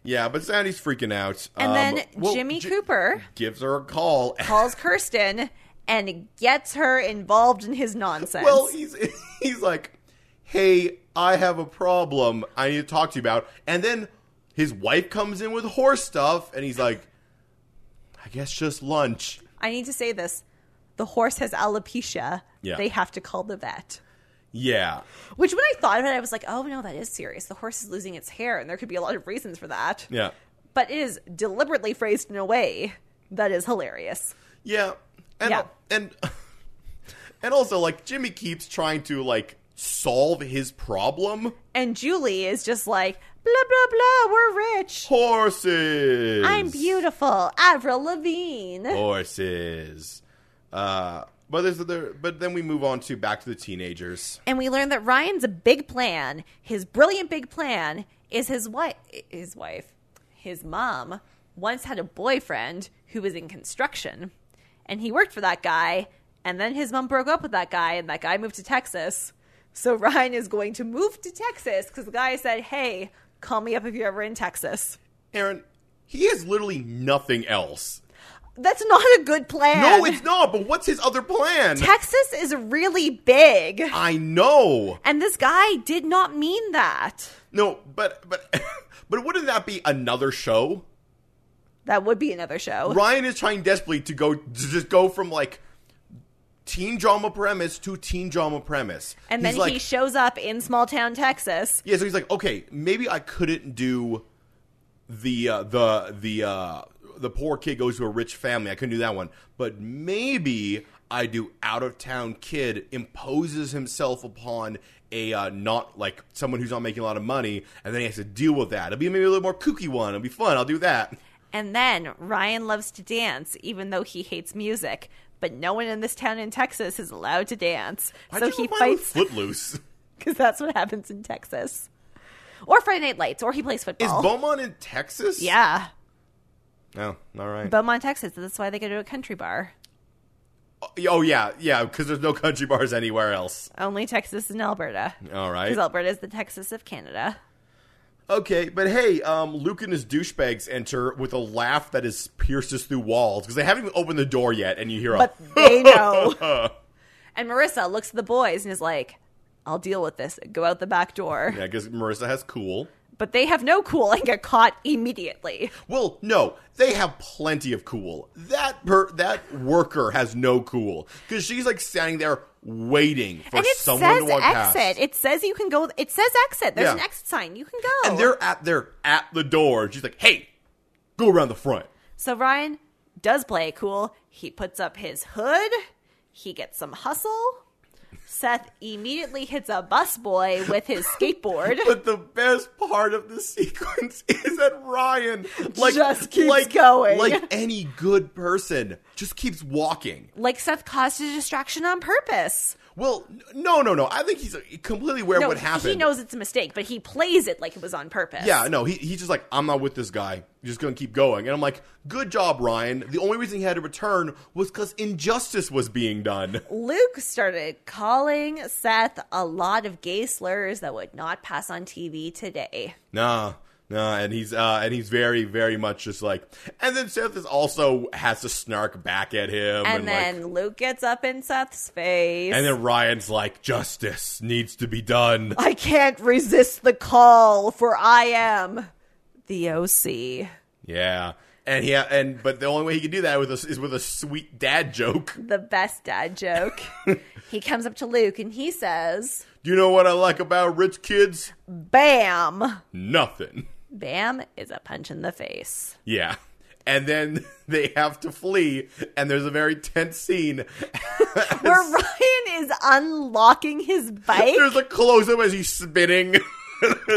Speaker 2: Yeah, but Sandy's freaking out.
Speaker 1: And
Speaker 2: Um,
Speaker 1: then
Speaker 2: well,
Speaker 1: Jimmy
Speaker 2: Ji-
Speaker 1: Cooper
Speaker 2: gives her a call.
Speaker 1: calls Kirsten and gets her involved in his nonsense.
Speaker 2: Well, he's he's like, "Hey, I have a problem. I need to talk to you about." And then his wife comes in with horse stuff, and he's like, "I guess just lunch."
Speaker 1: I need to say this. The horse has alopecia.
Speaker 2: Yeah.
Speaker 1: They have to call the vet.
Speaker 2: Yeah.
Speaker 1: Which, when I thought about it, I was like, oh no, that is serious. The horse is losing its hair, and there could be a lot of reasons for that.
Speaker 2: Yeah.
Speaker 1: But it is deliberately phrased in a way that is hilarious.
Speaker 2: Yeah. And
Speaker 1: Yeah.
Speaker 2: and and also like Jimmy keeps trying to like solve his problem.
Speaker 1: And Julie is just like, blah, blah, blah, we're rich.
Speaker 2: Horses.
Speaker 1: I'm beautiful. Avril Lavigne.
Speaker 2: Horses. Uh but there's there but then we move on to back to the teenagers.
Speaker 1: and we learn that Ryan's big plan, his brilliant big plan, is his wife. His wife, his mom, once had a boyfriend who was in construction, and he worked for that guy. And then his mom broke up with that guy, and that guy moved to Texas. So Ryan is going to move to Texas because the guy said, "Hey, call me up if you're ever in Texas."
Speaker 2: Aaron, he has literally nothing else.
Speaker 1: That's not a good plan.
Speaker 2: No, it's not, but what's his other plan?
Speaker 1: Texas is really big,
Speaker 2: I know.
Speaker 1: and this guy did not mean that.
Speaker 2: No, but but but wouldn't that be another show?
Speaker 1: That would be another show.
Speaker 2: Ryan is trying desperately to go to just go from like teen drama premise to teen drama premise.
Speaker 1: And
Speaker 2: He's
Speaker 1: then
Speaker 2: like,
Speaker 1: he shows up in small town Texas.
Speaker 2: yeah, so he's like, okay, maybe I couldn't do the uh, the the uh, the poor kid goes to a rich family. I couldn't do that one, but maybe I do out of town kid imposes himself upon a uh, not like someone who's not making a lot of money, and then he has to deal with that. It'll be maybe a little more kooky one. It'll be fun. I'll do that.
Speaker 1: And then Ryan loves to dance, even though he hates music. But no one in this town in Texas is allowed to dance.
Speaker 2: Why'd
Speaker 1: so
Speaker 2: you
Speaker 1: he
Speaker 2: combine with
Speaker 1: fights
Speaker 2: Footloose.
Speaker 1: because that's what happens in Texas. Or Friday Night Lights, or he plays
Speaker 2: Is
Speaker 1: football.
Speaker 2: Beaumont in Texas?
Speaker 1: yeah.
Speaker 2: Oh, all right.
Speaker 1: Beaumont, Texas. That's why they go to a country bar.
Speaker 2: Oh yeah, yeah, because there's no country bars anywhere else.
Speaker 1: Only Texas and Alberta.
Speaker 2: All
Speaker 1: Because
Speaker 2: right.
Speaker 1: Alberta is the Texas of Canada.
Speaker 2: Okay, but hey, um, Luke and his douchebags enter with a laugh that is pierces through walls because they haven't even opened the door yet, and you hear a
Speaker 1: But they know. and Marissa looks at the boys and is like, I'll deal with this. Go out the back door.
Speaker 2: yeah, because Marissa has cool.
Speaker 1: but they have no cool and get caught immediately.
Speaker 2: Well, no, they have plenty of cool. That per- that worker has no cool because she's like standing there waiting for
Speaker 1: and it
Speaker 2: someone
Speaker 1: says
Speaker 2: to walk
Speaker 1: exit.
Speaker 2: past.
Speaker 1: It says you can go. It says exit. There's
Speaker 2: Yeah.
Speaker 1: an exit sign. You can go.
Speaker 2: and they're at they're at the door. and She's like, "Hey, go around the front."
Speaker 1: so Ryan does play it cool. He puts up his hood. He gets some hustle. Seth immediately hits a busboy with his skateboard.
Speaker 2: But the best part of the sequence is that Ryan, like,
Speaker 1: Just keeps
Speaker 2: like,
Speaker 1: going.
Speaker 2: like any good person, just keeps walking.
Speaker 1: like Seth caused a distraction on purpose.
Speaker 2: Well, n- no, no, no. I think he's uh, completely aware
Speaker 1: No,
Speaker 2: of what happened.
Speaker 1: he knows it's a mistake, but he plays it like it was on purpose.
Speaker 2: Yeah, no, he, he's just like, I'm not with this guy. You're just going to keep going. And I'm like, good job, Ryan. The only reason he had to return was because injustice was being done.
Speaker 1: Luke started calling Seth a lot of gay slurs that would not pass on TV today.
Speaker 2: Nah. Nah, and he's uh, and he's very, very much just like, and then Seth is also has to snark back at him, and,
Speaker 1: And
Speaker 2: like,
Speaker 1: then Luke gets up in Seth's face.
Speaker 2: And then Ryan's like, justice needs to be done.
Speaker 1: I can't resist the call, for I am the OC.
Speaker 2: Yeah. And he and but the only way he can do that with a, is with a sweet dad joke.
Speaker 1: The best dad joke. he comes up to Luke and he says,
Speaker 2: Do you know what I like about rich kids?
Speaker 1: Bam.
Speaker 2: Nothing.
Speaker 1: Bam is a punch in the face.
Speaker 2: Yeah. And then they have to flee, and there's a very tense scene.
Speaker 1: Where Ryan is unlocking his bike.
Speaker 2: There's a close up as he's spinning.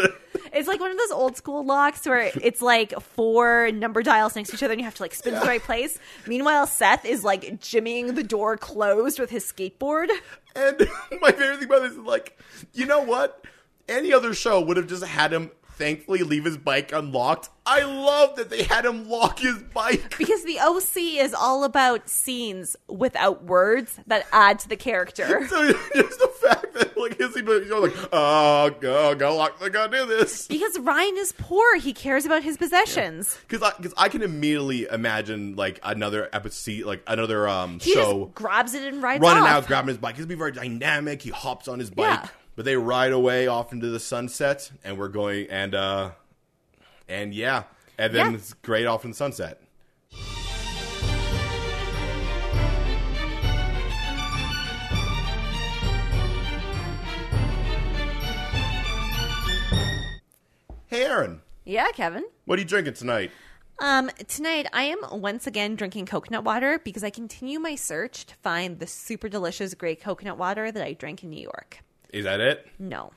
Speaker 1: It's like one of those old school locks where it's like four number dials next to each other and you have to like spin to the right place. Meanwhile, Seth is like jimmying the door closed with his skateboard.
Speaker 2: And my favorite thing about this is like, you know what? Any other show would have just had him thankfully leave his bike unlocked. I love that they had him lock his bike.
Speaker 1: Because the OC is all about scenes without words that add to the character.
Speaker 2: So just the fact that like his people you know, like oh god, gotta lock, I gotta do this
Speaker 1: Because Ryan is poor, he cares about his possessions.
Speaker 2: because I because I can immediately imagine like another episode like another um
Speaker 1: He
Speaker 2: show
Speaker 1: just grabs it and rides
Speaker 2: running out
Speaker 1: off.
Speaker 2: grabbing his bike. It's be very dynamic. He hops on his bike,
Speaker 1: Yeah.
Speaker 2: but they ride away off into the sunset, and we're going and uh and yeah, and then
Speaker 1: Yeah.
Speaker 2: it's great off in the sunset. Hey, Aaron,
Speaker 1: Yeah, Kevin.
Speaker 2: what are you drinking tonight?
Speaker 1: Um, tonight I am once again drinking coconut water because I continue my search to find the super delicious gray coconut water that I drank in New York.
Speaker 2: Is that it?
Speaker 1: No.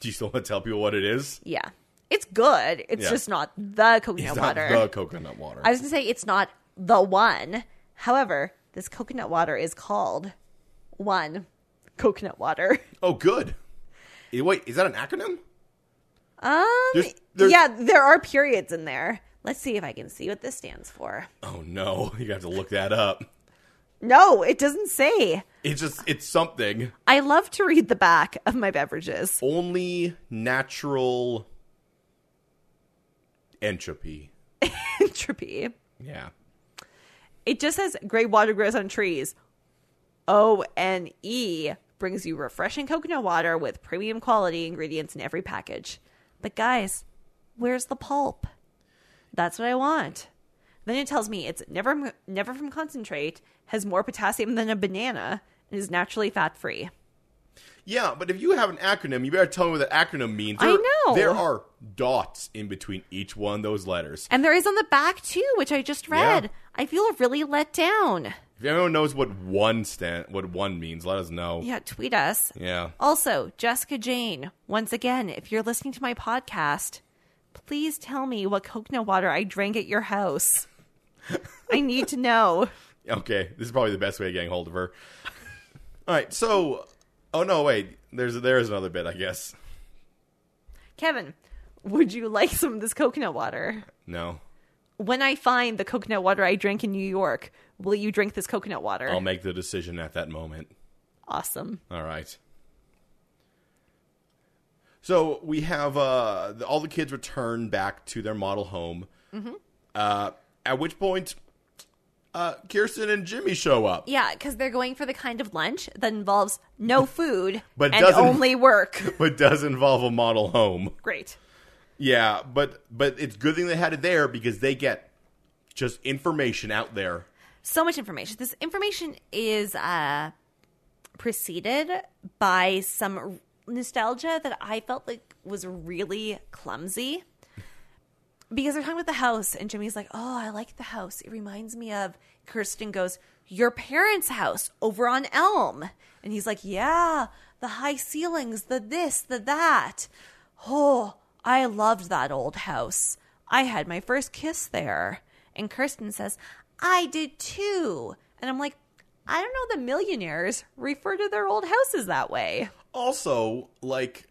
Speaker 2: Do you still want to tell people what it is?
Speaker 1: Yeah. It's good. It's
Speaker 2: Yeah.
Speaker 1: just not the coconut
Speaker 2: It's not
Speaker 1: water.
Speaker 2: the coconut water.
Speaker 1: I was going to say it's not the one. However, this coconut water is called one coconut water.
Speaker 2: oh, good. Eh, Wait, is that an acronym?
Speaker 1: Um,
Speaker 2: There's- there's-
Speaker 1: yeah, there are periods in there. Let's see if I can see what this stands for.
Speaker 2: Oh no, you have to look that up.
Speaker 1: No, it doesn't say.
Speaker 2: It's just it's something.
Speaker 1: I love to read the back of my beverages.
Speaker 2: Only natural entropy.
Speaker 1: Entropy.
Speaker 2: Yeah.
Speaker 1: It just says gray water grows on trees. O N E brings you refreshing coconut water with premium quality ingredients in every package. But guys, where's the pulp? That's what I want. Then it tells me it's never never from concentrate, has more potassium than a banana, and is naturally fat free.
Speaker 2: Yeah, but if you have an acronym, you better tell me what that acronym means.
Speaker 1: I know.
Speaker 2: There are dots in between each one of those letters.
Speaker 1: And there is on the back too, which I just read. I feel really let down.
Speaker 2: If anyone knows what one stand what one means, let us know.
Speaker 1: Yeah, tweet us.
Speaker 2: Yeah.
Speaker 1: Also, Jessica Jane, once again, if you're listening to my podcast, please tell me what coconut water I drank at your house. I need to know.
Speaker 2: Okay. This is probably the best way of getting hold of her. All right. So, oh no, wait. There's there's another bit, I guess.
Speaker 1: Kevin, would you like some of this coconut water?
Speaker 2: No.
Speaker 1: When I find the coconut water I drank in New York, will you drink this coconut water?
Speaker 2: I'll make the decision at that moment.
Speaker 1: awesome.
Speaker 2: All right. So we have uh, the, all the kids return back to their model home. Uh, at which point, uh, Kirsten and Jimmy show up,
Speaker 1: Yeah, because they're going for the kind of lunch that involves no food
Speaker 2: But
Speaker 1: and
Speaker 2: doesn't-
Speaker 1: only work.
Speaker 2: but does involve a model home.
Speaker 1: Great.
Speaker 2: Yeah, but but it's good thing they had it there because they get just information out there.
Speaker 1: so much information. This information is uh, preceded by some r- nostalgia that I felt like was really clumsy. Because they're talking about the house, and Jimmy's like, Oh, I like the house. It reminds me of Kirsten goes, Your parents' house over on Elm. And he's like, Yeah, the high ceilings, the this, the that. Oh, I loved that old house. I had my first kiss there. And Kirsten says, I did too. And I'm like, I don't know the millionaires refer to their old houses that way.
Speaker 2: Also, like,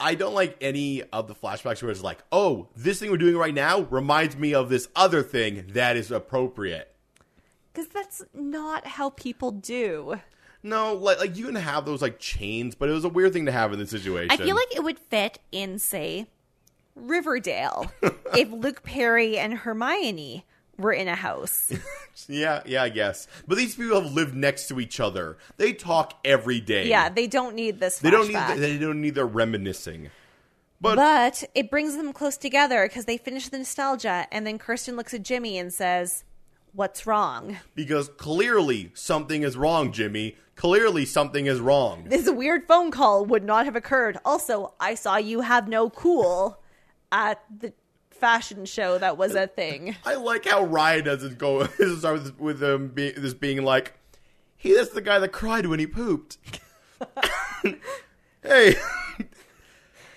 Speaker 2: I don't like any of the flashbacks where it's like, oh, this thing we're doing right now reminds me of this other thing that is appropriate.
Speaker 1: Because that's not how people do.
Speaker 2: No, like, like you can have those like chains, but it was a weird thing to have in this situation.
Speaker 1: I feel like it would fit in, say, Riverdale if Luke Perry and Hermione were in a house.
Speaker 2: yeah, yeah, I guess. But these people have lived next to each other. They talk every day.
Speaker 1: Yeah, they don't need this.
Speaker 2: they don't
Speaker 1: flashback.
Speaker 2: need they don't need their reminiscing.
Speaker 1: But it brings them close together because they finish the nostalgia, and then Kirsten looks at Jimmy and says, "What's wrong?"
Speaker 2: because clearly something is wrong, Jimmy. Clearly something is wrong.
Speaker 1: This weird phone call would not have occurred. Also, I saw you have no cool at the fashion show that was a thing.
Speaker 2: I like how Ryan doesn't go. Doesn't start with, with um, be, this being like, he that's the guy that cried when he pooped. hey,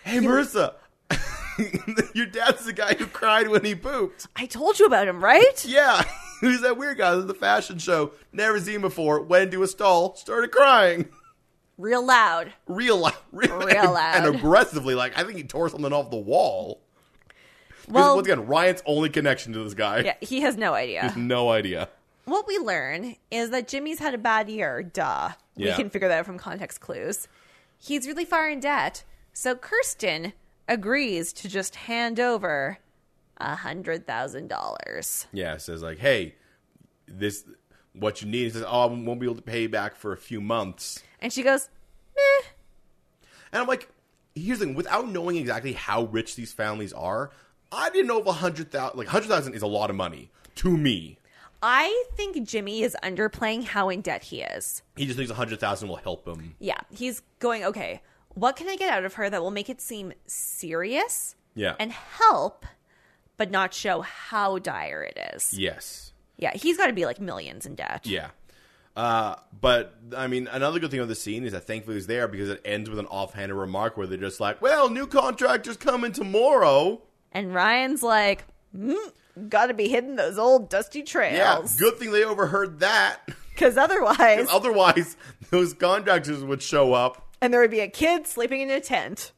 Speaker 2: hey, Marissa, your dad's the guy who cried when he pooped.
Speaker 1: I told you about him, right?
Speaker 2: Yeah, who's that weird guy at the fashion show? Never seen before. Went into a stall, started crying.
Speaker 1: Real loud.
Speaker 2: Real, loud- real,
Speaker 1: Real
Speaker 2: and,
Speaker 1: loud.
Speaker 2: and aggressively. Like I think he tore something off the wall.
Speaker 1: Well,
Speaker 2: once again, Ryan's only connection to this guy.
Speaker 1: yeah, he has no idea.
Speaker 2: No idea.
Speaker 1: what we learn is that Jimmy's had a bad year. Duh.
Speaker 2: Yeah.
Speaker 1: We can figure that out from context clues. He's really far in debt. So Kirsten agrees to just hand over a hundred thousand dollars.
Speaker 2: Yeah, it says like, hey, this what you need. It says, oh, I won't be able to pay you back for a few months.
Speaker 1: And she goes, Meh.
Speaker 2: And I'm like, here's the thing: without knowing exactly how rich these families are, I didn't know if a hundred thousand, like hundred thousand, is a lot of money to me.
Speaker 1: I think Jimmy is underplaying how in debt he is.
Speaker 2: He just thinks a hundred thousand will help him.
Speaker 1: Yeah. He's going, Okay, what can I get out of her that will make it seem serious
Speaker 2: Yeah.
Speaker 1: and help, but not show how dire it is. Yeah,
Speaker 2: yes.
Speaker 1: he's got to be like millions in debt.
Speaker 2: Yeah. Uh, but I mean, another good thing of the scene is that thankfully it's there because it ends with an offhanded remark where they're just like, "Well, new contractors coming tomorrow."
Speaker 1: And Ryan's like, mm, got to be hitting those old dusty
Speaker 2: Yeah,
Speaker 1: trails.
Speaker 2: good thing they overheard that.
Speaker 1: Because otherwise,
Speaker 2: Otherwise, those contractors would show up.
Speaker 1: and there would be a kid sleeping in a tent.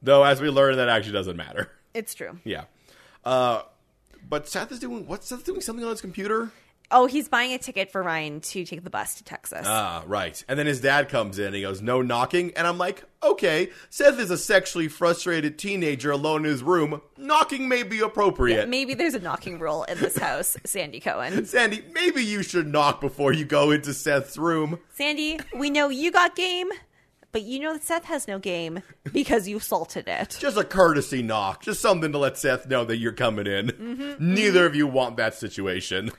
Speaker 2: Though, as we learn, that actually doesn't matter.
Speaker 1: It's true.
Speaker 2: Yeah. Uh, but Seth is doing what? Seth is doing something on his computer.
Speaker 1: Oh, he's buying a ticket for Ryan to take the bus to Texas.
Speaker 2: Ah, right. And then his dad comes in and he goes, No knocking. And I'm like, Okay, Seth is a sexually frustrated teenager alone in his room. Knocking may be appropriate.
Speaker 1: Maybe there's a knocking rule in this house, Sandy Cohen.
Speaker 2: Sandy, maybe you should knock before you go into Seth's room.
Speaker 1: Sandy, we know you got game, but you know that Seth has no game because you salted it.
Speaker 2: Just a courtesy knock, just something to let Seth know that you're coming in. Neither of you want that situation.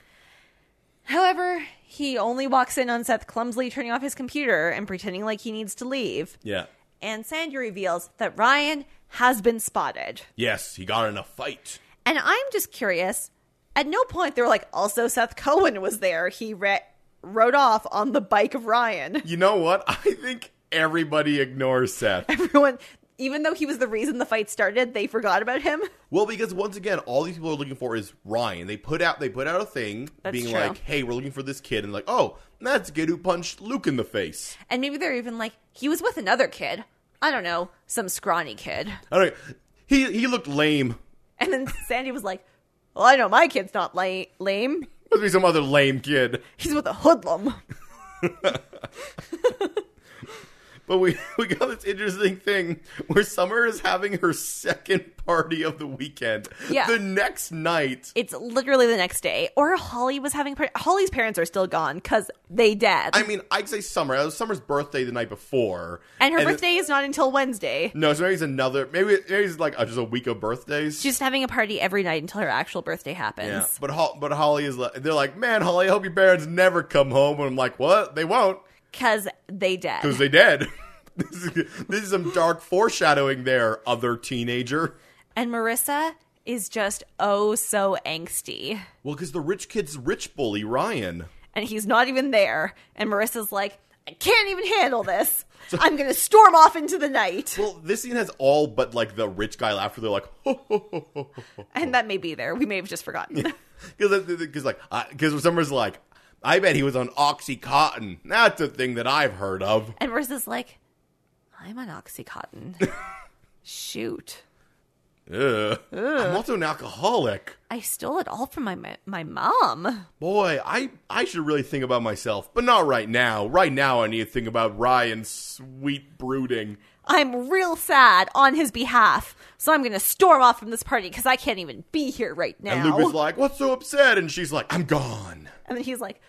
Speaker 1: However, he only walks in on Seth clumsily turning off his computer and pretending like he needs to leave.
Speaker 2: Yeah.
Speaker 1: And Sandy reveals that Ryan has been spotted.
Speaker 2: Yes, he got in a fight.
Speaker 1: And I'm just curious. At no point they were like, also Seth Cohen was there. He re- rode off on the bike of Ryan.
Speaker 2: You know what? I think everybody ignores Seth.
Speaker 1: Everyone, even though he was the reason the fight started, they forgot about him.
Speaker 2: Well, because once again, all these people are looking for is Ryan. They put out they put out a thing
Speaker 1: That's
Speaker 2: being
Speaker 1: true.
Speaker 2: like, "Hey, we're looking for this kid," and like, "Oh, that's the kid who punched Luke in the face."
Speaker 1: And maybe they're even like, he was with another kid. I don't know, some scrawny kid.
Speaker 2: I don't. He he looked lame.
Speaker 1: And then Sandy was like, well, I know my kid's not la- lame.
Speaker 2: Must be some other lame kid.
Speaker 1: He's with a hoodlum.
Speaker 2: But we we got this interesting thing where Summer is having her second party of the weekend.
Speaker 1: Yeah.
Speaker 2: The next night,
Speaker 1: It's literally the next day. Or Holly was having, par- Holly's parents are still gone because they dead.
Speaker 2: I mean, I'd say Summer. It was Summer's birthday the night before,
Speaker 1: and her
Speaker 2: then-
Speaker 1: birthday is not until Wednesday.
Speaker 2: no, so maybe it's another. Maybe maybe it's like uh, just a week of birthdays.
Speaker 1: She's just having a party every night until her actual birthday happens.
Speaker 2: Yeah, but Ho- but Holly is like, they're like, man, Holly, I hope your parents never come home. And I'm like, what? They won't
Speaker 1: Cause they dead.
Speaker 2: because they dead. this, is, this is some dark foreshadowing there, other teenager.
Speaker 1: and Marissa is just oh so angsty.
Speaker 2: Well, because the rich kid's rich bully Ryan.
Speaker 1: And he's not even there. And Marissa's like, I can't even handle this. I'm gonna storm off into the night.
Speaker 2: Well, this scene has all but like the rich guy laughter. They're like,
Speaker 1: And that may be there. We may have just forgotten.
Speaker 2: because because like because Summer's like, I bet he was on OxyContin. That's a thing that I've heard of.
Speaker 1: And Marissa's like, I'm on Oxycontin. Shoot.
Speaker 2: Ugh. I'm also an alcoholic.
Speaker 1: I stole it all from my my, my mom.
Speaker 2: Boy, I I should really think about myself, but not right now. Right now, I need to think about Ryan's sweet brooding.
Speaker 1: I'm real sad on his behalf. So I'm gonna storm off from this party because I can't even be here right now.
Speaker 2: And Luke is like, "What's so upset?" And she's like, "I'm gone."
Speaker 1: And then he's like,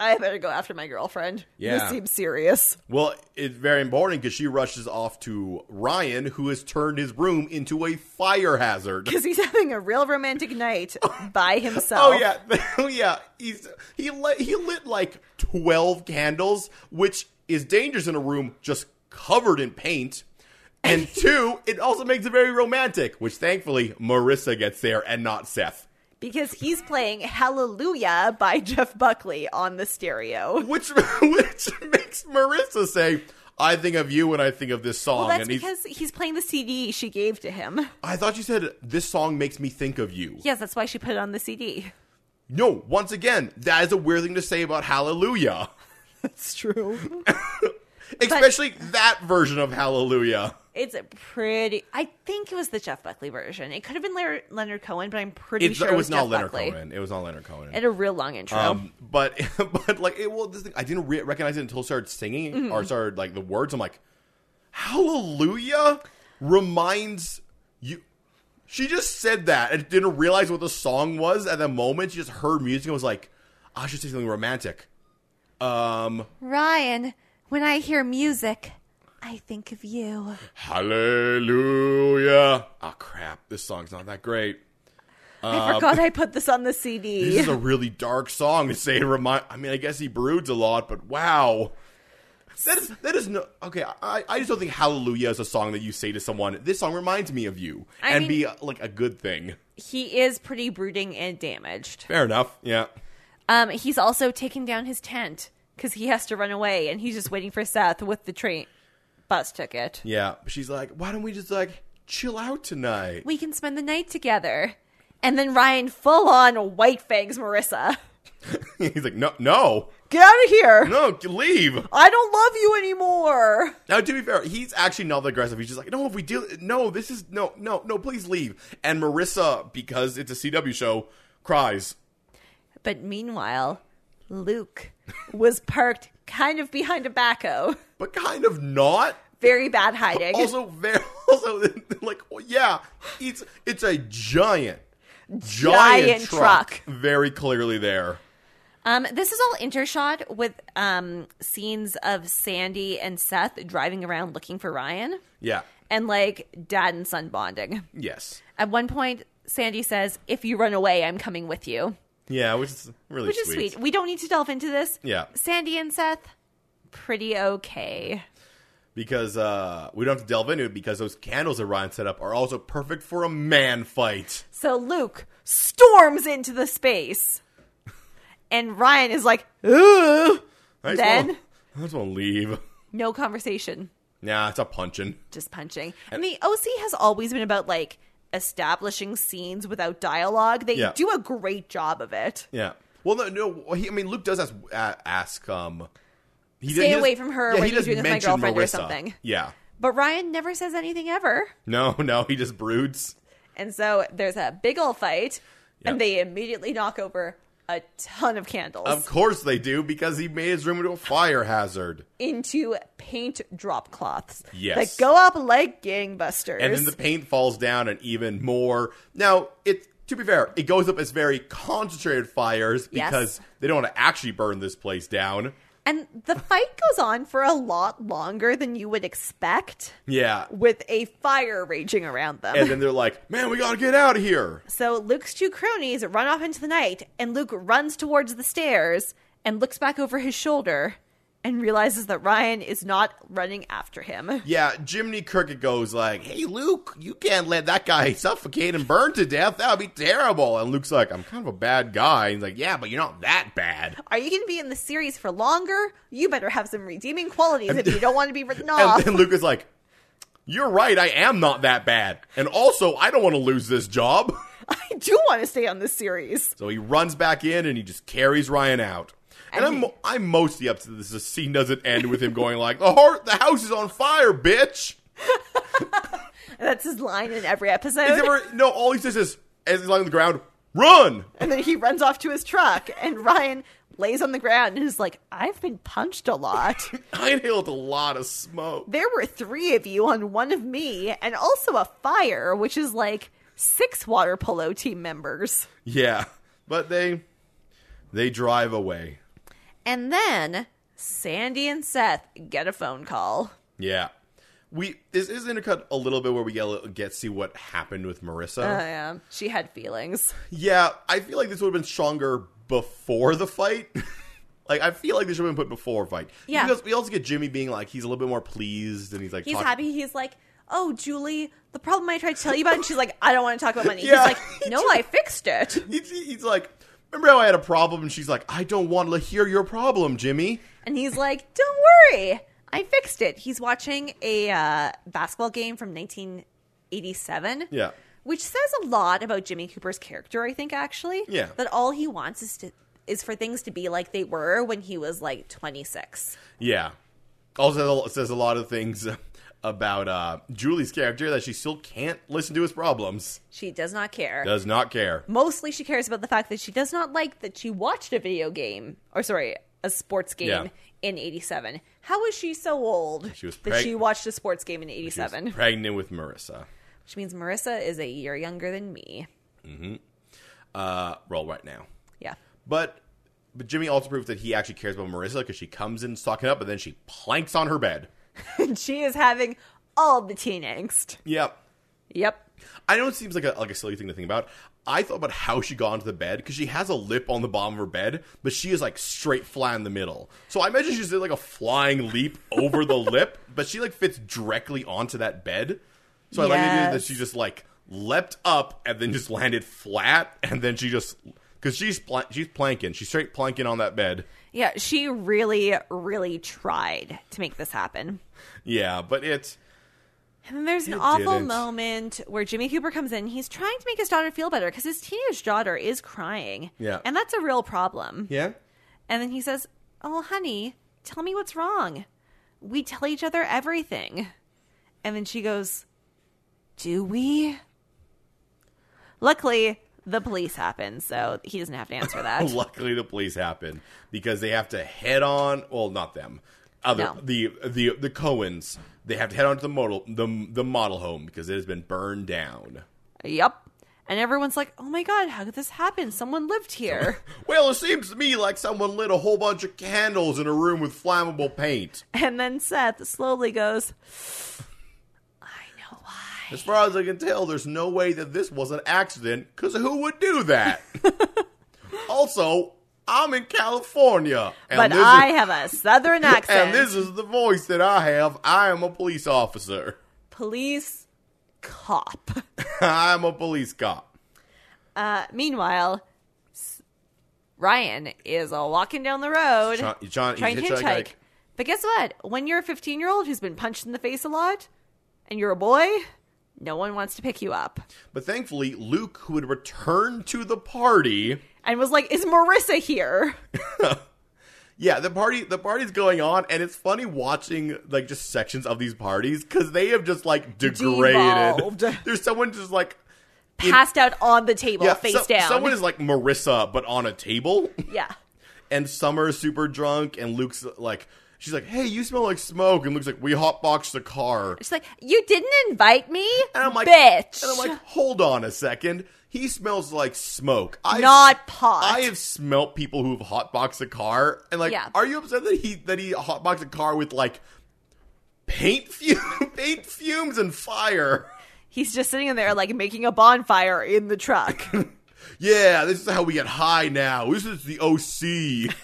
Speaker 1: I better go after my girlfriend.
Speaker 2: Yeah.
Speaker 1: This seems serious.
Speaker 2: Well, it's very important because she rushes off to Ryan, who has turned his room into a fire hazard.
Speaker 1: Because he's having a real romantic night by himself.
Speaker 2: Oh yeah, oh yeah. He's he lit, he lit like twelve candles, which is dangerous in a room just covered in paint. And two, it also makes it very romantic, which thankfully Marissa gets there and not Seth.
Speaker 1: Because he's playing Hallelujah by Jeff Buckley on the stereo.
Speaker 2: Which which makes Marissa say, "I think of you when I think of this
Speaker 1: Well,
Speaker 2: song."
Speaker 1: that's
Speaker 2: and Oh, he's,
Speaker 1: because he's playing the CD she gave to him.
Speaker 2: I thought you said this song makes me think of you.
Speaker 1: Yes, that's why she put it on the CD.
Speaker 2: No, once again, that is a weird thing to say about Hallelujah,
Speaker 1: It's true.
Speaker 2: especially that version of Hallelujah.
Speaker 1: It's a pretty. I think it was the Jeff Buckley version. It could have been Leonard, Leonard Cohen, but I'm pretty
Speaker 2: It's-
Speaker 1: sure
Speaker 2: it was, not
Speaker 1: Jeff
Speaker 2: Leonard
Speaker 1: Buckley.
Speaker 2: Cohen. It was not Leonard Cohen.
Speaker 1: It had a real long intro.
Speaker 2: um, but but like it well, this thing, I didn't re- recognize it until I started singing or started like the words. I'm like, Hallelujah reminds you. She just said that and didn't realize what the song was at the moment. She just heard music and was like, I should say something romantic. Um,
Speaker 1: Ryan, when I hear music, I think of you.
Speaker 2: Hallelujah. Oh crap, this song's not that great.
Speaker 1: I forgot I put this on the CD.
Speaker 2: This is a really dark song to say. Remind. I mean, I guess he broods a lot, but wow. That is that is no okay. I, I just don't think Hallelujah is a song that you say to someone. This song reminds me of you,
Speaker 1: I
Speaker 2: and
Speaker 1: mean-
Speaker 2: be uh, like a good thing.
Speaker 1: He is pretty brooding and damaged.
Speaker 2: Fair enough. Yeah.
Speaker 1: Um, he's also taking down his tent because he has to run away, and he's just waiting for Seth with the train bus ticket.
Speaker 2: Yeah. But she's like, why don't we just like chill out tonight?
Speaker 1: We can spend the night together. And then Ryan full on white fangs Marissa.
Speaker 2: He's like, no, no,
Speaker 1: Get out of here.
Speaker 2: no, leave.
Speaker 1: I don't love you anymore.
Speaker 2: Now, to be fair, he's actually not that aggressive. He's just like, no, if we do, no, this is no, no, no, please leave. And Marissa, because it's a CW show, cries.
Speaker 1: But meanwhile, Luke was parked kind of behind a backhoe.
Speaker 2: but kind of not.
Speaker 1: Very bad hiding.
Speaker 2: Also, very also like yeah, it's it's a giant, giant,
Speaker 1: Giant
Speaker 2: truck,
Speaker 1: truck.
Speaker 2: Very clearly there.
Speaker 1: Um, this is all intershot with um, scenes of Sandy and Seth driving around looking for Ryan
Speaker 2: Yeah.
Speaker 1: and like dad and son bonding.
Speaker 2: Yes.
Speaker 1: At one point, Sandy says, If you run away, I'm coming with you,
Speaker 2: Yeah, which is really
Speaker 1: which is sweet. We don't need to delve into this.
Speaker 2: Yeah,
Speaker 1: Sandy and Seth, pretty okay.
Speaker 2: because uh, we don't have to delve into it because those candles that Ryan set up are also perfect for a man fight.
Speaker 1: So Luke storms into the space, and Ryan is like, Ooh,
Speaker 2: I just
Speaker 1: Then-
Speaker 2: wanna, I just want to leave.
Speaker 1: no conversation.
Speaker 2: Nah, it's a punching.
Speaker 1: just punching. And the OC has always been about like establishing scenes without dialogue. They
Speaker 2: Yeah.
Speaker 1: do a great job of it.
Speaker 2: Yeah. Well, no, no. He, I mean, Luke does ask. Uh, ask um, he
Speaker 1: Stay
Speaker 2: he
Speaker 1: away from her when
Speaker 2: he
Speaker 1: you're
Speaker 2: doesn't
Speaker 1: doing this with my
Speaker 2: mention
Speaker 1: girlfriend or something.
Speaker 2: Yeah.
Speaker 1: But Ryan never says anything ever.
Speaker 2: No, no. He just broods.
Speaker 1: And so there's a big old fight,
Speaker 2: Yeah.
Speaker 1: and they immediately knock over a ton of candles
Speaker 2: Of course they do, because he made his room into a fire hazard.
Speaker 1: into paint drop cloths
Speaker 2: Yes.
Speaker 1: that go up like gangbusters.
Speaker 2: And then the paint falls down and even more. Now, it to be fair, it goes up as very concentrated fires
Speaker 1: Yes.
Speaker 2: because they don't want to actually burn this place down.
Speaker 1: and the fight goes on for a lot longer than you would expect
Speaker 2: Yeah.
Speaker 1: with a fire raging around them.
Speaker 2: And then they're like, Man, we gotta get out of here.
Speaker 1: So Luke's two cronies run off into the night, and Luke runs towards the stairs and looks back over his shoulder and realizes that Ryan is not running after him.
Speaker 2: Yeah, Jiminy Cricket goes like, Hey Luke, you can't let that guy suffocate and burn to death. That would be terrible. And Luke's like, I'm kind of a bad guy. he's like, Yeah, but you're not that bad.
Speaker 1: Are you going to be in the series for longer? You better have some redeeming qualities if you don't want to be written
Speaker 2: And
Speaker 1: off.
Speaker 2: then Luke is like, You're right, I am not that bad. And also, I don't want to lose this job.
Speaker 1: I do want to stay on this series.
Speaker 2: So he runs back in and he just carries Ryan out. And I'm I'm mostly up to this. The scene doesn't end with him going like, The heart the house is on fire, bitch.
Speaker 1: That's his line in every
Speaker 2: He's
Speaker 1: episode.
Speaker 2: never no, all he says is as he's lying on the ground, run!
Speaker 1: and then he runs off to his truck, and Ryan lays on the ground and is like, I've been punched a lot.
Speaker 2: I inhaled a lot of smoke.
Speaker 1: there were three of you on one of me, and also a fire, which is like six water polo team members.
Speaker 2: Yeah. But they they drive away.
Speaker 1: And then Sandy and Seth get a phone call.
Speaker 2: Yeah. We this is intercut a little bit where we get, a little- get see what happened with Marissa.
Speaker 1: Oh, yeah. She had feelings.
Speaker 2: Yeah, I feel like this would have been stronger before the fight. like, I feel like this should have been put before fight.
Speaker 1: Yeah.
Speaker 2: Because we also get Jimmy being like, he's a little bit more pleased and he's like,
Speaker 1: He's
Speaker 2: talk-
Speaker 1: happy. He's like, Oh, Julie, the problem I tried to tell you about. And she's like, I don't want to talk about money.
Speaker 2: Yeah.
Speaker 1: He's like, No, I fixed it.
Speaker 2: He's, he's like, remember how I had a problem? And she's like, I don't want to hear your problem, Jimmy.
Speaker 1: And he's like, Don't worry. I fixed it. He's watching a uh, basketball game from 1987.
Speaker 2: Yeah.
Speaker 1: which says a lot about Jimmy Cooper's character, I think actually.
Speaker 2: Yeah.
Speaker 1: That all he wants is to is for things to be like they were when he was like 26.
Speaker 2: Yeah. Also it says a lot of things about uh, Julie's character that she still can't listen to his problems.
Speaker 1: She does not care.
Speaker 2: Does not care.
Speaker 1: Mostly she cares about the fact that she does not like that she watched a video game or sorry, a sports game
Speaker 2: Yeah.
Speaker 1: in 87. How is she so old
Speaker 2: She was
Speaker 1: that she
Speaker 2: preg-
Speaker 1: watched a sports game in
Speaker 2: She was
Speaker 1: 87?
Speaker 2: Pregnant with Marissa.
Speaker 1: Which means Marissa is a year younger than me.
Speaker 2: Uh, roll right now.
Speaker 1: Yeah.
Speaker 2: But but Jimmy also proves that he actually cares about Marissa because she comes in stocking up and then she planks on her bed.
Speaker 1: she is having all the teen angst.
Speaker 2: Yep.
Speaker 1: Yep.
Speaker 2: I know it seems like a like a silly thing to think about. I thought about how she got into the bed because she has a lip on the bottom of her bed, but she is like straight flat in the middle. So I imagine she just did like a flying leap over the lip, but she like fits directly onto that bed. So I like the idea that
Speaker 1: Yes.
Speaker 2: she just like leapt up and then just landed flat, and then she just because she's pla- she's planking, she's straight planking on that bed.
Speaker 1: Yeah, she really, really tried to make this happen.
Speaker 2: Yeah, but it's
Speaker 1: And then there's an awful
Speaker 2: didn't.
Speaker 1: moment where Jimmy Cooper comes in. He's trying to make his daughter feel better because his teenage daughter is crying.
Speaker 2: Yeah.
Speaker 1: And that's a real problem.
Speaker 2: yeah,
Speaker 1: And then he says, Oh, honey, tell me what's wrong. We tell each other everything. And then she goes, Do we? Luckily, the police happen, so he doesn't have to answer that.
Speaker 2: Luckily, the police happen because they have to head on. Well, not them. Other
Speaker 1: No.
Speaker 2: the the the Cohens. They have to head on to the model the the model home because it has been burned down.
Speaker 1: yep. And everyone's like, Oh my God, how could this happen? Someone lived here.
Speaker 2: Well, it seems to me like someone lit a whole bunch of candles in a room with flammable paint.
Speaker 1: and then Seth slowly goes, I know why.
Speaker 2: As far as I can tell, there's no way that this was an accident because who would do that? also, I'm in California, and
Speaker 1: But
Speaker 2: this is-
Speaker 1: I have a southern accent.
Speaker 2: and this is the voice that I have. I am a police officer.
Speaker 1: police cop.
Speaker 2: I'm a police cop.
Speaker 1: Uh, meanwhile, S- Ryan is uh, walking down the road
Speaker 2: John, John
Speaker 1: trying to
Speaker 2: he's
Speaker 1: hitchhike.
Speaker 2: hitchhiking.
Speaker 1: But guess what? When you're a 15 year old who's been punched in the face a lot and you're a boy, no one wants to pick you up.
Speaker 2: But thankfully, Luke, who had returned to the party,
Speaker 1: And was like, Is Marissa here?
Speaker 2: yeah, the party, the party's going on, and it's funny watching like just sections of these parties because they have just like degraded.
Speaker 1: Devolved.
Speaker 2: There's someone just like In-
Speaker 1: Passed out on the table,
Speaker 2: yeah,
Speaker 1: face
Speaker 2: so-
Speaker 1: down.
Speaker 2: Someone is like Marissa, but on a table,
Speaker 1: yeah.
Speaker 2: and Summer's super drunk, and Luke's like. She's like, "Hey, you smell like smoke," and Luke's like, "We hotboxed the car."
Speaker 1: She's like, You didn't invite me?
Speaker 2: And I'm like,
Speaker 1: Bitch.
Speaker 2: And I'm like, hold on a second. He smells like smoke. I
Speaker 1: Not pot.
Speaker 2: I have smelt people who've hotboxed a car, and like,
Speaker 1: Yeah.
Speaker 2: are you upset that he that he hotboxed a car with like paint fume, paint fumes and fire?
Speaker 1: He's just sitting in there, like, making a bonfire in the truck.
Speaker 2: Yeah, this is how we get high now. This is the OC.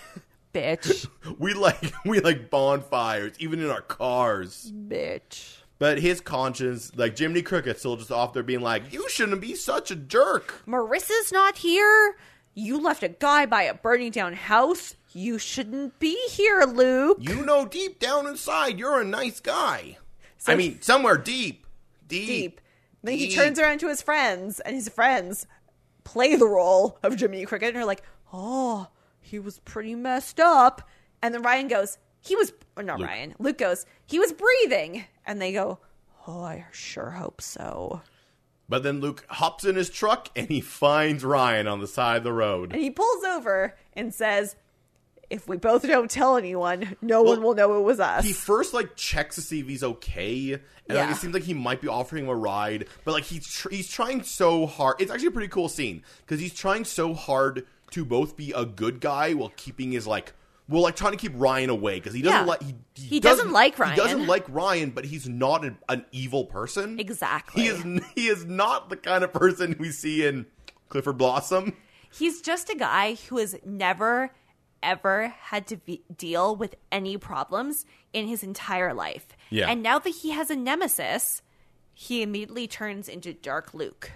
Speaker 1: Bitch.
Speaker 2: We like we like bonfires, even in our cars.
Speaker 1: Bitch.
Speaker 2: But his conscience, like Jiminy Cricket's still just off there being like, You shouldn't be such a jerk.
Speaker 1: Marissa's not here. You left a guy by a burning down house. You shouldn't be here, Luke.
Speaker 2: You know deep down inside you're a nice guy.
Speaker 1: So-
Speaker 2: I mean, somewhere deep. Deep.
Speaker 1: Deep. Then he
Speaker 2: Deep.
Speaker 1: turns around to his friends, and his friends play the role of Jiminy Cricket and are like, oh, he was pretty messed up. And then Ryan goes, he was, or not
Speaker 2: Luke.
Speaker 1: Ryan, Luke goes, he was breathing. And they go, oh, I sure hope so.
Speaker 2: But then Luke hops in his truck and he finds Ryan on the side of the road.
Speaker 1: And he pulls over and says, if we both don't tell anyone, no one will know it was us.
Speaker 2: He first like checks to see if he's okay, and like,
Speaker 1: Yeah.
Speaker 2: it seems like he might be offering him a ride. But like he's tr- he's trying so hard. It's actually a pretty cool scene because he's trying so hard to both be a good guy while keeping his like well like trying to keep Ryan away because he doesn't
Speaker 1: Yeah.
Speaker 2: like he,
Speaker 1: He doesn't like
Speaker 2: He doesn't
Speaker 1: Ryan.
Speaker 2: like Ryan, but he's not an, an evil person.
Speaker 1: Exactly.
Speaker 2: He is he is not the kind of person we see in Clifford Blossom.
Speaker 1: He's just a guy who has never, ever had to be- deal with any problems in his entire life.
Speaker 2: Yeah.
Speaker 1: And now that he has a nemesis, he immediately turns into Dark Luke.